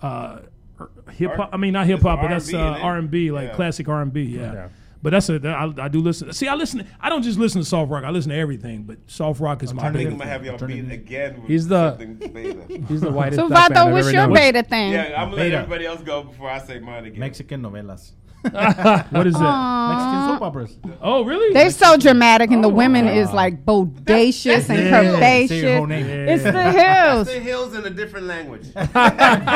uh, hip hop. I mean, not hip hop, but that's uh, R&B, isn't it? R and B, like Yeah. classic R and B. Yeah. Yeah. But that's a that- I, I do listen. See, I listen. I don't just listen to soft rock. I listen to everything. But soft rock is my I think I'm big. gonna have y'all beat again. With He's the- something beta. He's the whitest So, black man Vato, I've what's ever your known. beta thing? yeah, I'm gonna let Beta. everybody else go before I say mine again. Mexican novelas. What is that? Ah. Mexican soap operas. Oh, really? They're so dramatic, and the Oh, women is like bodacious and Yeah, Say your whole curvaceous. name. It's the hills. The hills in a different language.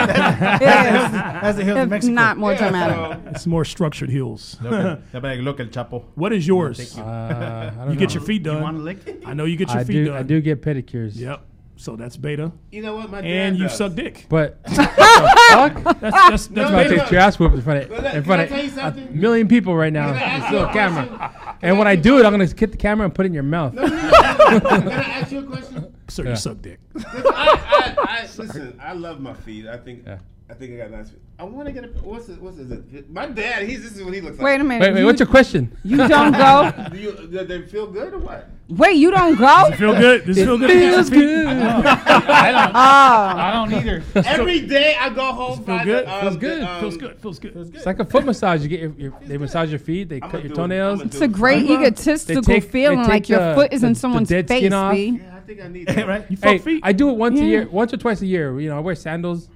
It That's the hills of is. Mexico. It's not more dramatic. so, It's more structured hills. They'll be- they'll be like, look, El Chapo. What is yours? Thank you. Uh, I don't you get know. your feet done. You want to lick? I know you get your I feet do, done. I do get pedicures. Yep. So that's beta, you know what, my dad and you does. suck dick. But fuck? That's that's, that's No, I'm about beta. look. to get your ass whooped in front Look, of, in can front I tell you of a something? million people right now. Can I ask It's you still a a camera. question? And when I do it, I'm going to get the camera and put it in your mouth. No, no, no, no, no. Can I ask you a question? Sir, Yeah. you suck dick. I, I, I, listen, I love my feet. I think Yeah. I think I got nice feet. I want to get a what's it, what's it? My dad, he's this is what he looks like. Wait a Wait, minute. wait, you- what's your question? You don't go. Do you, do they feel good or what? Wait, you don't go. Feel good? Does it feel good? to get your Feels feet? good. I don't either. Every day I go home. Feel by good? The, um, Feels good. The, um, Feels good. Feels good. It's like a foot massage. You get your, your, they massage your feet. They I'ma cut your do it. toenails. I'ma do It's a great They egotistical take- they feeling, take like your the- foot is the- in the someone's dead face. skin off. B. Yeah, I think I need that. right? You fuck Hey, feet. I do it once a Yeah. year, once or twice a year. You know, I wear sandals.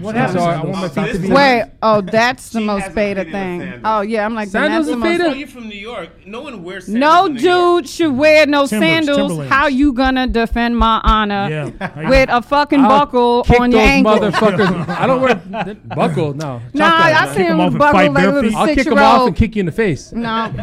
What happens So to I want those my feet to be. sandals? Wait, oh, that's the She most hasn't beta been in a thing. sandal. Oh yeah, I'm like then Sandals that's the are most. beta? Oh, you're from New York. No one wears sandals. No in New York. dude should wear no Timbers, sandals. Timberlands. How you gonna defend my honor Yeah. How you- with a fucking I'll buckle kick on those your ankle? motherfuckers. I don't wear th- buckle. No. Nah, Chocolate, I man. seen him off with and buckle fight like bare little feet. I'll kick six them year off and old. kick you in the face. No, Yeah, motherfucker in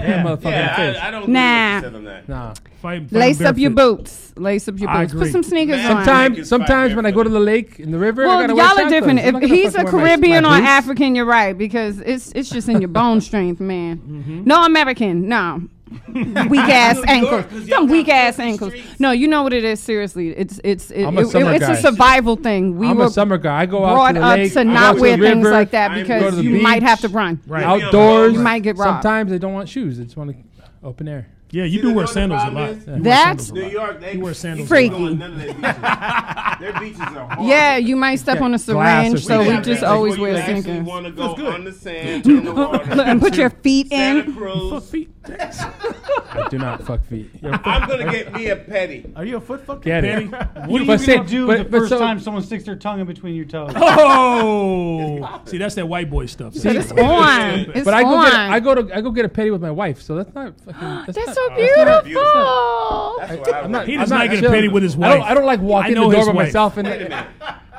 the Yeah, face. I, I don't. Nah. Nah. Said on that. nah. Fight- fight lace up your barefoot. boots. Lace up your I boots. Put agree. some sneakers on. Man, Sometimes- Sometimes, sometimes when I go to the lake in the river, I Well, gotta y'all wear are chanclas. different. I'm not If gonna he's a fucking wear my- Caribbean my or boots. African, you're right because it's it's just in your bone strength, man. Mm-hmm. No American, no. weak ass New York, ankles, 'cause y'all some got weak ass filthy ankles. streets. No, you know what it is. Seriously, it's it's it, I'm a it- it- summer it's guy. a survival thing. We I'm were a summer guy. I go out brought to the up lake, to I go not to wear the things river, like that I go because to the you might beach. have to run. Right. Outdoors, You might get robbed. Sometimes they don't want shoes; they just want to open air. Yeah, you See, do the wear other sandals a problem lot. is- You wear That's- sandals a New lot. York, they You wear sandals. Freaky. Go on none of their beaches. their beaches are horrible. Yeah, you might step Yeah, on a glass or syringe, so something. we Yeah, just yeah. always wear You sneakers. want to go on the sand, in the water. And put your feet Santa in. Fuck Cruz. feet. I do not fuck feet. I'm gonna get me a petty. Are you a foot fucker? Get it? What are you But gonna say- do but- the but first so- time someone sticks their tongue in between your toes? Oh, see, that's that white boy stuff. But it's on. It's But I go, on. get, I go to I go get a petty with my wife, so that's not fucking. That's, That's not, so not beautiful. beautiful. That's what I I'm not, like. He does I'm not get a chill. petty with his I don't, wife. I don't like walking I in know the door his by wife. myself. And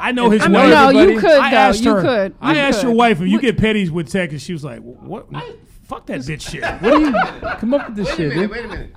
I know his I mean, wife. no, everybody. you could I though. asked you her. could. You I asked could. your wife if you get petties with tech, and she was like, "What? Fuck that bitch shit." what do you come up with Wait this a shit? minute. dude? Wait a minute.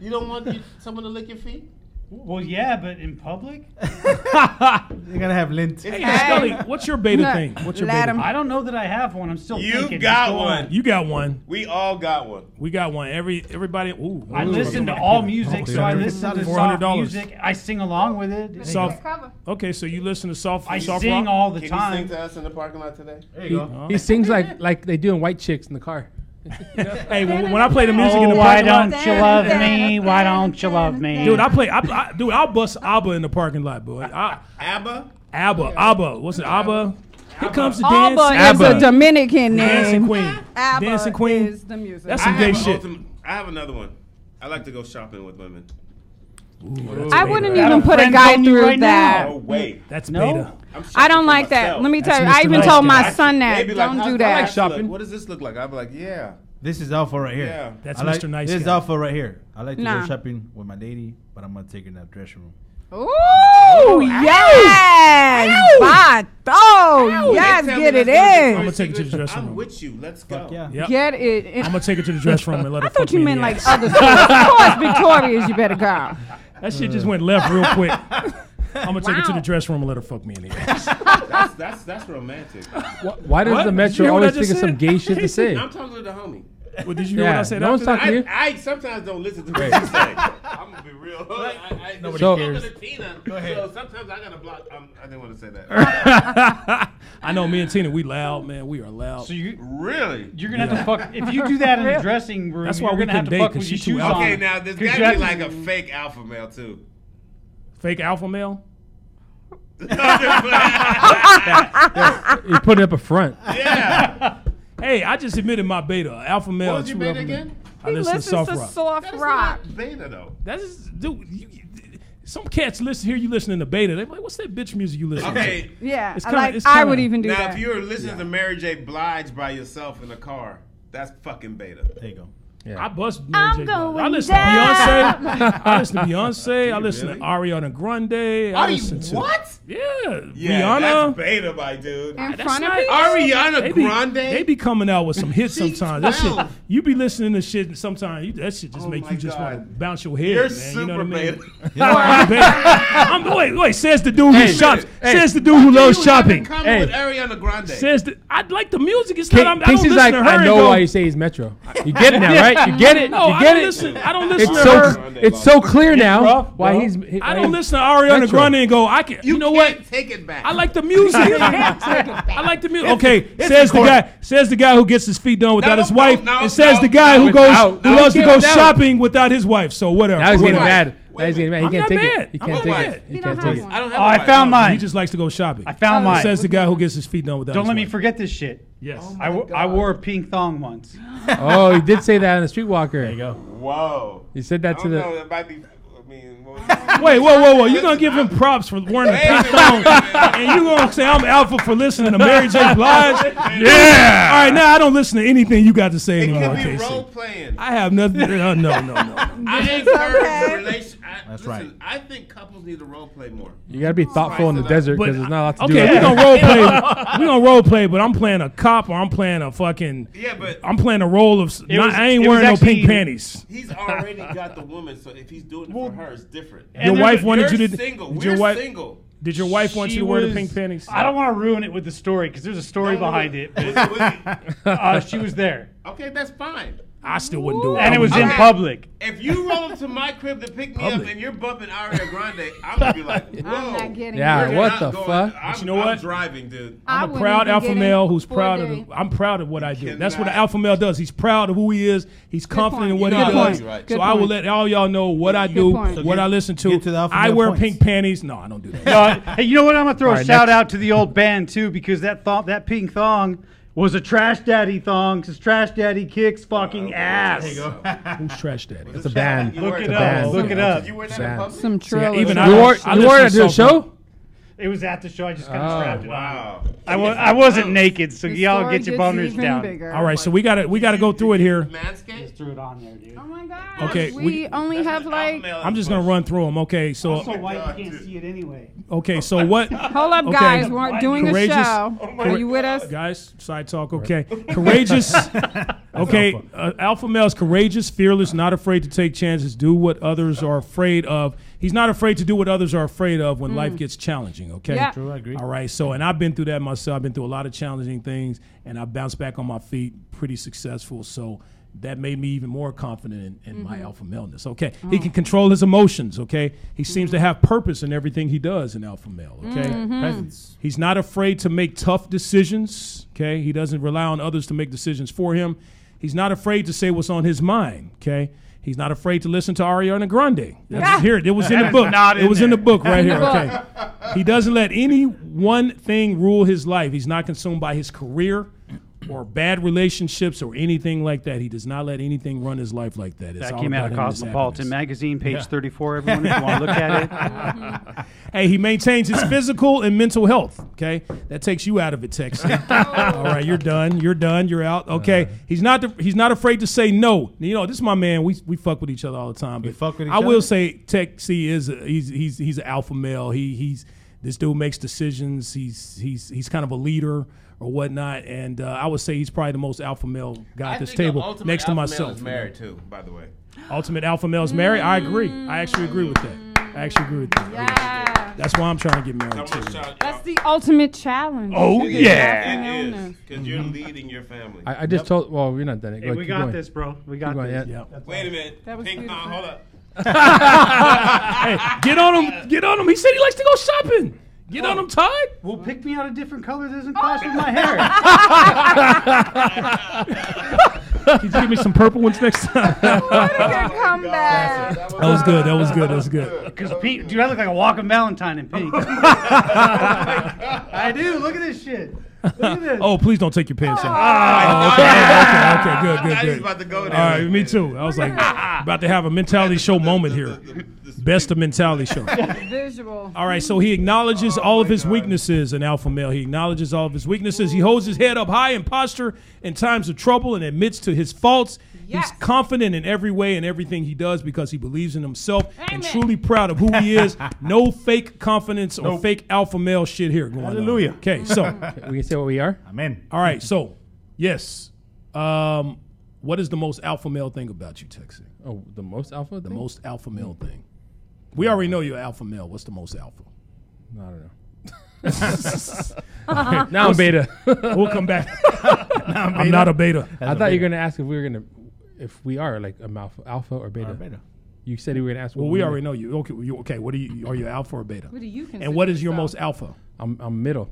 You don't want you- someone to lick your feet? well, yeah, but in public, You're gonna have lint. Hey, Scully, what's your beta Look, thing? What's your let beta? him- I don't know that I have one. I'm still You thinking. Just got go on. one. You got one. We all got one. We got one. Every everybody. Ooh, I ooh. listen to all music, so I dude. listen to soft $400. music. I sing along with it. Soft. Okay, so you listen to soft. I soft sing rock? all the Can you sing time. to us in the parking lot today? There you go. He sings like like they do in White Chicks in the car. Hey, when, when I play the music in Oh, the why parking lot, don't you love me? Why don't you love me? dude, I play. I, I, dude, I'll bust ABBA in the parking lot, boy. I, ABBA? ABBA, ABBA. What's it? ABBA. Here comes the dance. Alba is a Dominican Dancing name. queen. Abba Dancing queen. is the music. That's I some have gay an shit. ultimate- I have another one. I like to go shopping with women. I wouldn't even put a guy through that. Oh, No way. That's No. beta. I don't like that. Let me tell you, I even told my son that. They'd be like, Don't "How- do I that. like Look, what does this look like? I'd be like, yeah. This is Alpha right here. Yeah. That's I like- Mr. Nice This is Guy. Alpha right here. I like to Nah. go shopping with my lady, but I'm gonna take her in that dressing room. Ooh, yes. Bato. Yes, They tell get me it that's the in. first I'm gonna take it to the secret. dressing I'm room. with you. Let's go. Yeah. Get it in. I'm gonna take her to the dressing room and let her. I thought fuck you me in meant the ass. like other stores. Of course, Victoria's, you better go. That shit just went left real quick. I'm gonna take her to the dressing room and let her fuck me in the ass. that's, that's, that's romantic. Why does What? the You Metro hear what I always just think of said? some gay shit to say? I'm talking to the homie. Well, did you hear what Yeah, I said no one's after talking that? to I, I sometimes don't listen to what you say. I'm gonna be real. Like, I, I, Nobody so, cares. Tina, Go ahead. So sometimes I gotta block. Um, I didn't want to say that. I know me and Tina, we loud, man. We are loud. So you really? You're gonna have to fuck if you do that in the dressing room. That's why you're we gonna have can to date, fuck 'cause with she your too shoes out. on. Okay, now there's 'Cause you gotta have be like to- a fake alpha male too. Fake alpha male. You're putting up a front. Yeah. hey, I just admitted my beta. Alpha male. was your true beta alpha male. again? I listen to soft rock. soft rock. Beta though. That's dude. You, you- some cats listen here. You listening to beta? They like, what's that bitch music you listen Okay. to? Yeah, It's I kinda- like- it's I kinda- would even do now, that. if you were listening to Mary J. Blige by yourself in the car, that's fucking beta. There you go. I bust Mary J. Blige. I going listen to down. Beyonce. I listen to Beyonce. I listen to Ariana Grande. I Ari- listen to what? Yeah, Yeah, Rihanna. that's beta, my In dude. That's front of not- Oh. people? Ariana They be- Grande. They be coming out with some hits She's sometimes. That shit, 12. you be listening to shit, and sometimes you, that shit just Oh make my you just want to God. bounce your head. You're man, you know super what I mean? beta. Yeah, I'm beta. I'm- wait, wait. Says the dude Hey, who shops. hey. says the dude who You loves have shopping. in common Hey. with Ariana Grande. Says that I like the music. It's Ca- not. I'm, I don't Casey's listen like, to her. I and know go, why you say he's Metro. You get it now, Yeah. right? You get it. No, you I get don't it. listen- I don't listen It's to so her. it's so clear now why bro. he's. he- I why don't he's listen to Ariana Metro. Grande and go. I can. You, know what? Take it back. I like the music. I like the music. Okay, says the court. guy. Says the guy who gets his feet done without No, his wife. no, no, and says no, the guy who goes without. who No, loves he to go can't without. shopping without his wife. So whatever. Now he's getting Wait, mad. wait. Now he's getting mad. He I'm can't not take mad. it. I'm He can't not take mad. it. He He can't don't take have it. I don't have Oh, I a found wife. He mine. just likes to go shopping. I found mine. Says the guy who gets his feet done without. Don't his let me wife. forget this shit. Yes. I, Oh w- I wore a pink thong once. Oh, he did say that on the streetwalker. There you go. Whoa. He said that I to don't know. the. That might be. I mean, what was that? Wait, whoa, whoa, whoa! You're gonna give him props for wearing a pink thong, and you gonna say I'm alpha for listening to Mary J. Blige? Yeah. All right, now I don't listen to anything you got to say it anymore, could be Casey. role playing. I have nothing. Uh, no, no, no. I encourage relation. I, That's listen, right. I think couples need to role play more. You gotta be thoughtful in the Spice it up. desert But because there's not a lot to do. Okay, out we there. gonna role play. we gonna role play, but I'm playing a cop or I'm playing a fucking. Yeah, but I'm playing a role of. s- It not- was- I it ain't was wearing no actually- pink panties. he's already got the woman, so if he's doing it for her, it's different. Your there's wife a- wanted You're you to. single. Did We're your wife? single. Did your wife want you She to wear the was- pink panties? I don't want to ruin it with the story because there's a story behind it. Was he- was he- Uh, she was there, okay, that's fine. I still wouldn't do it. and I it was wouldn't in do Okay. public. If you roll up to my crib to pick me up Public. and you're bumping Ariana Grande, I'm gonna be like, whoa. I'm not getting Yeah, it. You're what not the going- fuck? I'm, you know I'm what? driving, dude. I I'm a wouldn't proud even alpha get it male who's for proud the- of. The, I'm proud of what I do. That's what an cannot- alpha male does. He's proud of who he is. He's confident in what point. You he know, does. you're right. So Good I will point. let all y'all know what I do, point. So what get- I listen to. get to the alpha I male wear points. pink panties. No, I don't do that. Uh, hey, you know what? I'm gonna throw All a right, shout next. out to the old band too because that thong, that pink thong was a trash daddy thong. Cause trash daddy kicks Oh, fucking ass. Who's trash daddy? It's a band. You It's were Look a it band. up. Look it up. You were in Sad. public? Some trills. even I You don't- wore I you wore it listen to to the soft rock. show. It was at the show. I just kind of Oh. strapped it on. Wow. I, wa- I wasn't naked, so y'all get your boners down. All right, so we got to we got to go through it here. Manscaped? Threw it on there, dude. Oh my God. Okay, We, we- only have like. I'm just gonna run through them. Okay, So so white you can't see it anyway. okay, so what? Hold up, Okay. guys. We're doing Courageous. a show. Oh Are you with us? Guys, side talk. Okay, courageous. okay, uh, alpha male is courageous, fearless, not afraid to take chances, do what others are afraid of. He's not afraid to do what others are afraid of when life gets challenging. Okay, Yeah. True, I agree. All right, so and I've been through that myself. I've been through a lot of challenging things, and I bounced back on my feet, pretty successful. So. That made me even more confident in, in my alpha maleness. Okay. He can control his emotions. Okay. He seems to have purpose in everything he does in alpha male. Okay. Mm-hmm. Presents. He's not afraid to make tough decisions. Okay. He doesn't rely on others to make decisions for him. He's not afraid to say what's on his mind. Okay. He's not afraid to listen to Ariana Grande. That's, here, it was in the book. not in it was in the there. book right here. the book. Okay. He doesn't let any one thing rule his life. He's not consumed by his career or bad relationships or anything like that. He does not let anything run his life like that. It's that all came out of about him and his Cosmopolitan happiness. magazine, page Yeah. 34. Everyone, if you want to look at it. Hey, he maintains his physical and mental health. Okay, that takes you out of it, Texas. Oh. All right, you're done. You're done. You're Uh-huh. out. Okay, he's not. he's not afraid to say no. You know, this is my man. We we fuck with each other all the time. But fuck with each I will other? say, Texie is a, he's he's he's an alpha male. He he's this dude makes decisions. He's he's he's kind of a leader or whatnot. And uh, I would say he's probably the most alpha male guy at this table next to myself. Is married too, by the way. Ultimate alpha male is married. I agree. I actually agree with that. I actually agree with that. Yeah. That's why I'm trying to get married too. That's the ultimate challenge. Oh, You're yeah. the It owner. is because you're leading your family. I, I just told. Well, we're not done. yet. Go Hey, ahead, we keep got going. this, bro. We Keep got going, this. yeah. Wait a minute. That was Ping pong. Hold up. hey, get on him. Get on him. He said he likes to go shopping. Get on him, Todd. Well, pick me out a different color that doesn't Oh, clash with my hair. Can you give me some purple ones next time? What a good comeback. That was good. That was good. That was good. Because pink, dude, I look like a walking Valentine in Oh, pink. I do. Look at this shit. Look at this. Oh, please don't take your pants off. I Oh, thought- okay, okay, okay, I good, thought good, he good. was about to go there. All right, me too. I was like, about to have a mentality show moment here. Best of mentality show. Visual. All right, so he Oh acknowledges all of his weaknesses, an alpha male. He acknowledges all of his weaknesses. He holds his head up high in posture in times of trouble and admits to his faults. Yes. He's confident in every way and everything he does because he believes in himself and Amen. truly proud of who he is. No fake confidence or fake alpha male shit here going Hallelujah. on. Okay, so We can say what we are. Amen. all right, so yes. Um, what is the most alpha male thing about you, Texie? Oh, the most alpha. The most alpha male Mm. thing. We already know you're alpha male. What's the most alpha? I don't know. now I'm beta. We'll come back. I'm not a beta. I thought you were gonna ask if we were gonna, if we are like a alpha, alpha or beta. Or beta. You said you were gonna ask. Well, what we were. already know you. Okay, you, okay. What are you? Are you alpha or beta? What do you consider? And what is your yourself? most alpha? I'm, I'm middle.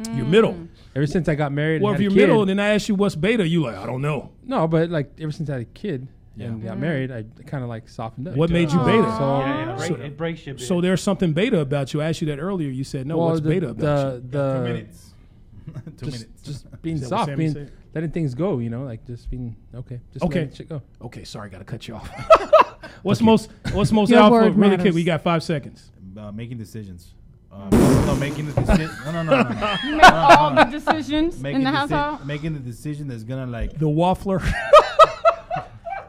Mm. Your middle. Ever since I got married. Well, if and had you're a kid, middle, then I ask you what's beta. You like I don't know. no, but like ever since I had a kid and got married, I kind of like softened up. Mm-hmm. What made you beta? So Yeah, it, break, it breaks you. So bitch. there's something beta about you. I asked you that earlier. You said no. well, what's the, beta about you? the, the Two minutes. Two Uh, just, minutes. just being Is that what soft, Sammy being said? letting things go. You know, like just being okay. Just Okay. letting shit go. Okay, sorry, gotta cut you off. what's most? What's most Your alpha? word Really quick, matters. we got five seconds. Uh, making decisions. Um, no, making the decision. No, no, no, no. no. You make all Uh-huh. the decisions Making in the deci- household. making the decision that's gonna like The waffler.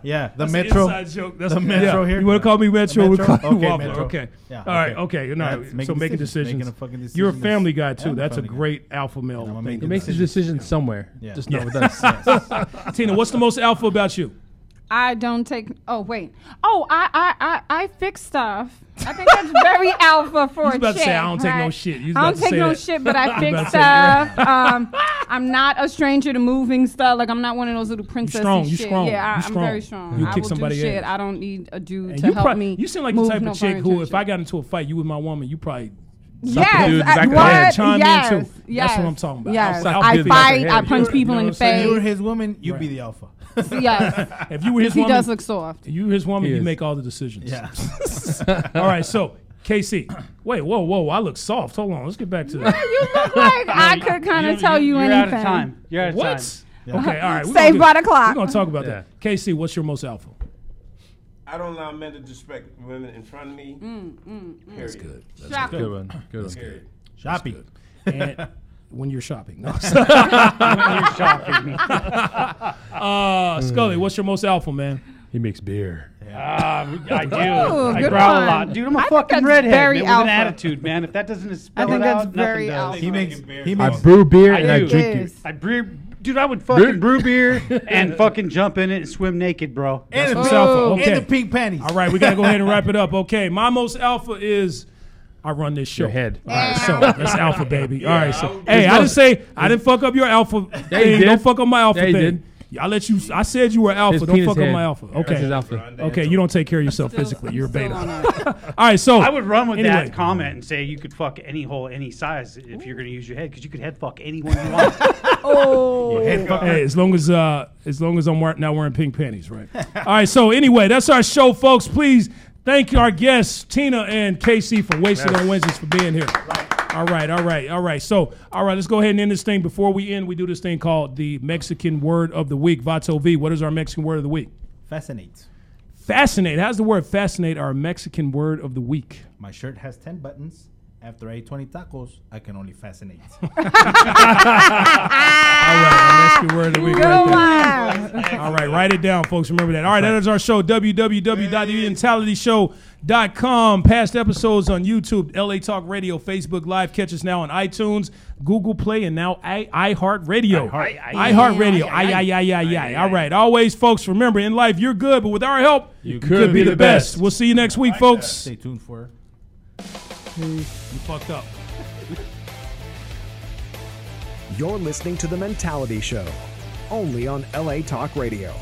yeah the That's an metro. inside joke. That's the metro here. You want to call me metro? We Metro? call you Okay, waffler. Metro. Okay. Yeah, All right. okay. Okay. No, That's so making making decisions. decisions. Making a fucking You're a decision family guy that's- too. I'm a That's a family guy. great alpha male. I'm a thing. making He makes his decision somewhere, Yeah. just Yeah. not with us. Tina, what's the most alpha about you? I don't take. Oh wait. Oh, I I I, I fix stuff. I think that's very alpha for was a about to chick. say, "I don't take no right? shit." You was I about don't to take say no that. shit, but I about fix to say that. stuff. Um, I'm not a stranger to moving stuff. Like I'm not one of those little princesses. strong, you shit. strong, Yeah, I, you I'm strong. very strong. You I kick will somebody do shit. ass. I don't need a dude And to you help prob- me. You seem like the move type no of chick who, if furniture. I got into a fight, you with my woman, you probably Yes, dude in the I, back of the what? head. Chime in, yes, too. That's Yes, what I'm talking about. Yes, I'll- I'll I give you back fight. the I head. punch You people know in the what I'm saying? you were face. his woman, you'd be the alpha. Yes, if you were his Uh, he woman, does look soft. you were his woman, He you is. make all the decisions. Yeah. all right. So KC, wait, whoa, whoa, I look soft. Hold on, let's get back to that. You look like I could kind of tell you You're anything. out of time. You're out of time. What? Okay, all right. we're Saved gonna by do- the clock. We're gonna talk about Yeah. that. KC, what's your most alpha? I don't allow men to disrespect women in front of me. Period. That's good. Shocker. good one. Good one. Period. Shopping. And when you're shopping, no. You're shocking me. uh, Scully, what's your most alpha man? He makes beer. I do. Ooh, I good growl one. a lot, dude. I'm a I think fucking that's redhead very man, with an alpha. attitude, man. If that doesn't spell think it that's out, very nothing does. alpha. He makes he I makes brew beer and I I do. drink it. Yes. I brew, dude. I would fucking brew beer and fucking jump in it and swim naked, bro. and, Most the, alpha. and the Okay. pink panties. All right, we gotta go ahead and wrap it up. Okay, my most alpha is I run this show. Your head. All right, so that's alpha, baby. All right, so I'll- hey, I didn't say I didn't fuck up your alpha thing. did. Don't fuck up my alpha Yeah, you thing. I let you. I said you were alpha. His don't penis fuck up head. my alpha. That's Okay. his alpha. Okay, you don't take care of yourself Still- physically. You're a still on beta. that. All right, so I would run with anyway, that comment and say you could fuck any hole, any size if you're going to use your head because you could head fuck anyone you want. Hey, as long as uh, as long as I'm wear- not wearing pink panties, right? All right. So anyway, that's our show, folks. Please thank our guests Tina and Casey for wasting on Wednesdays for being here. All right, all right, all right. So, all right, let's go ahead and end this thing. Before we end, we do this thing called the Mexican word of the week. Vato V, what is our Mexican word of the week? Fascinates. Fascinate. How's the word fascinate our Mexican word of the week? My shirt has 10 buttons. After I eat 20 tacos, I can only fascinate. All right, Mexican word of the week. Right Good there. All right, write it down, folks. Remember that. All right, that is our show. www.thementalityshow.com. Past episodes on YouTube, LA Talk Radio, Facebook Live. Catch us now on iTunes, Google Play, and now i iHeartRadio. iHeart. iHeartRadio. I I I I I. All right. Always, folks. Remember, in life you're good, but with our help, you could be the best. We'll see you next week, folks. Stay tuned for You fucked up. You're listening to The Mentality Show, only on LA Talk Radio.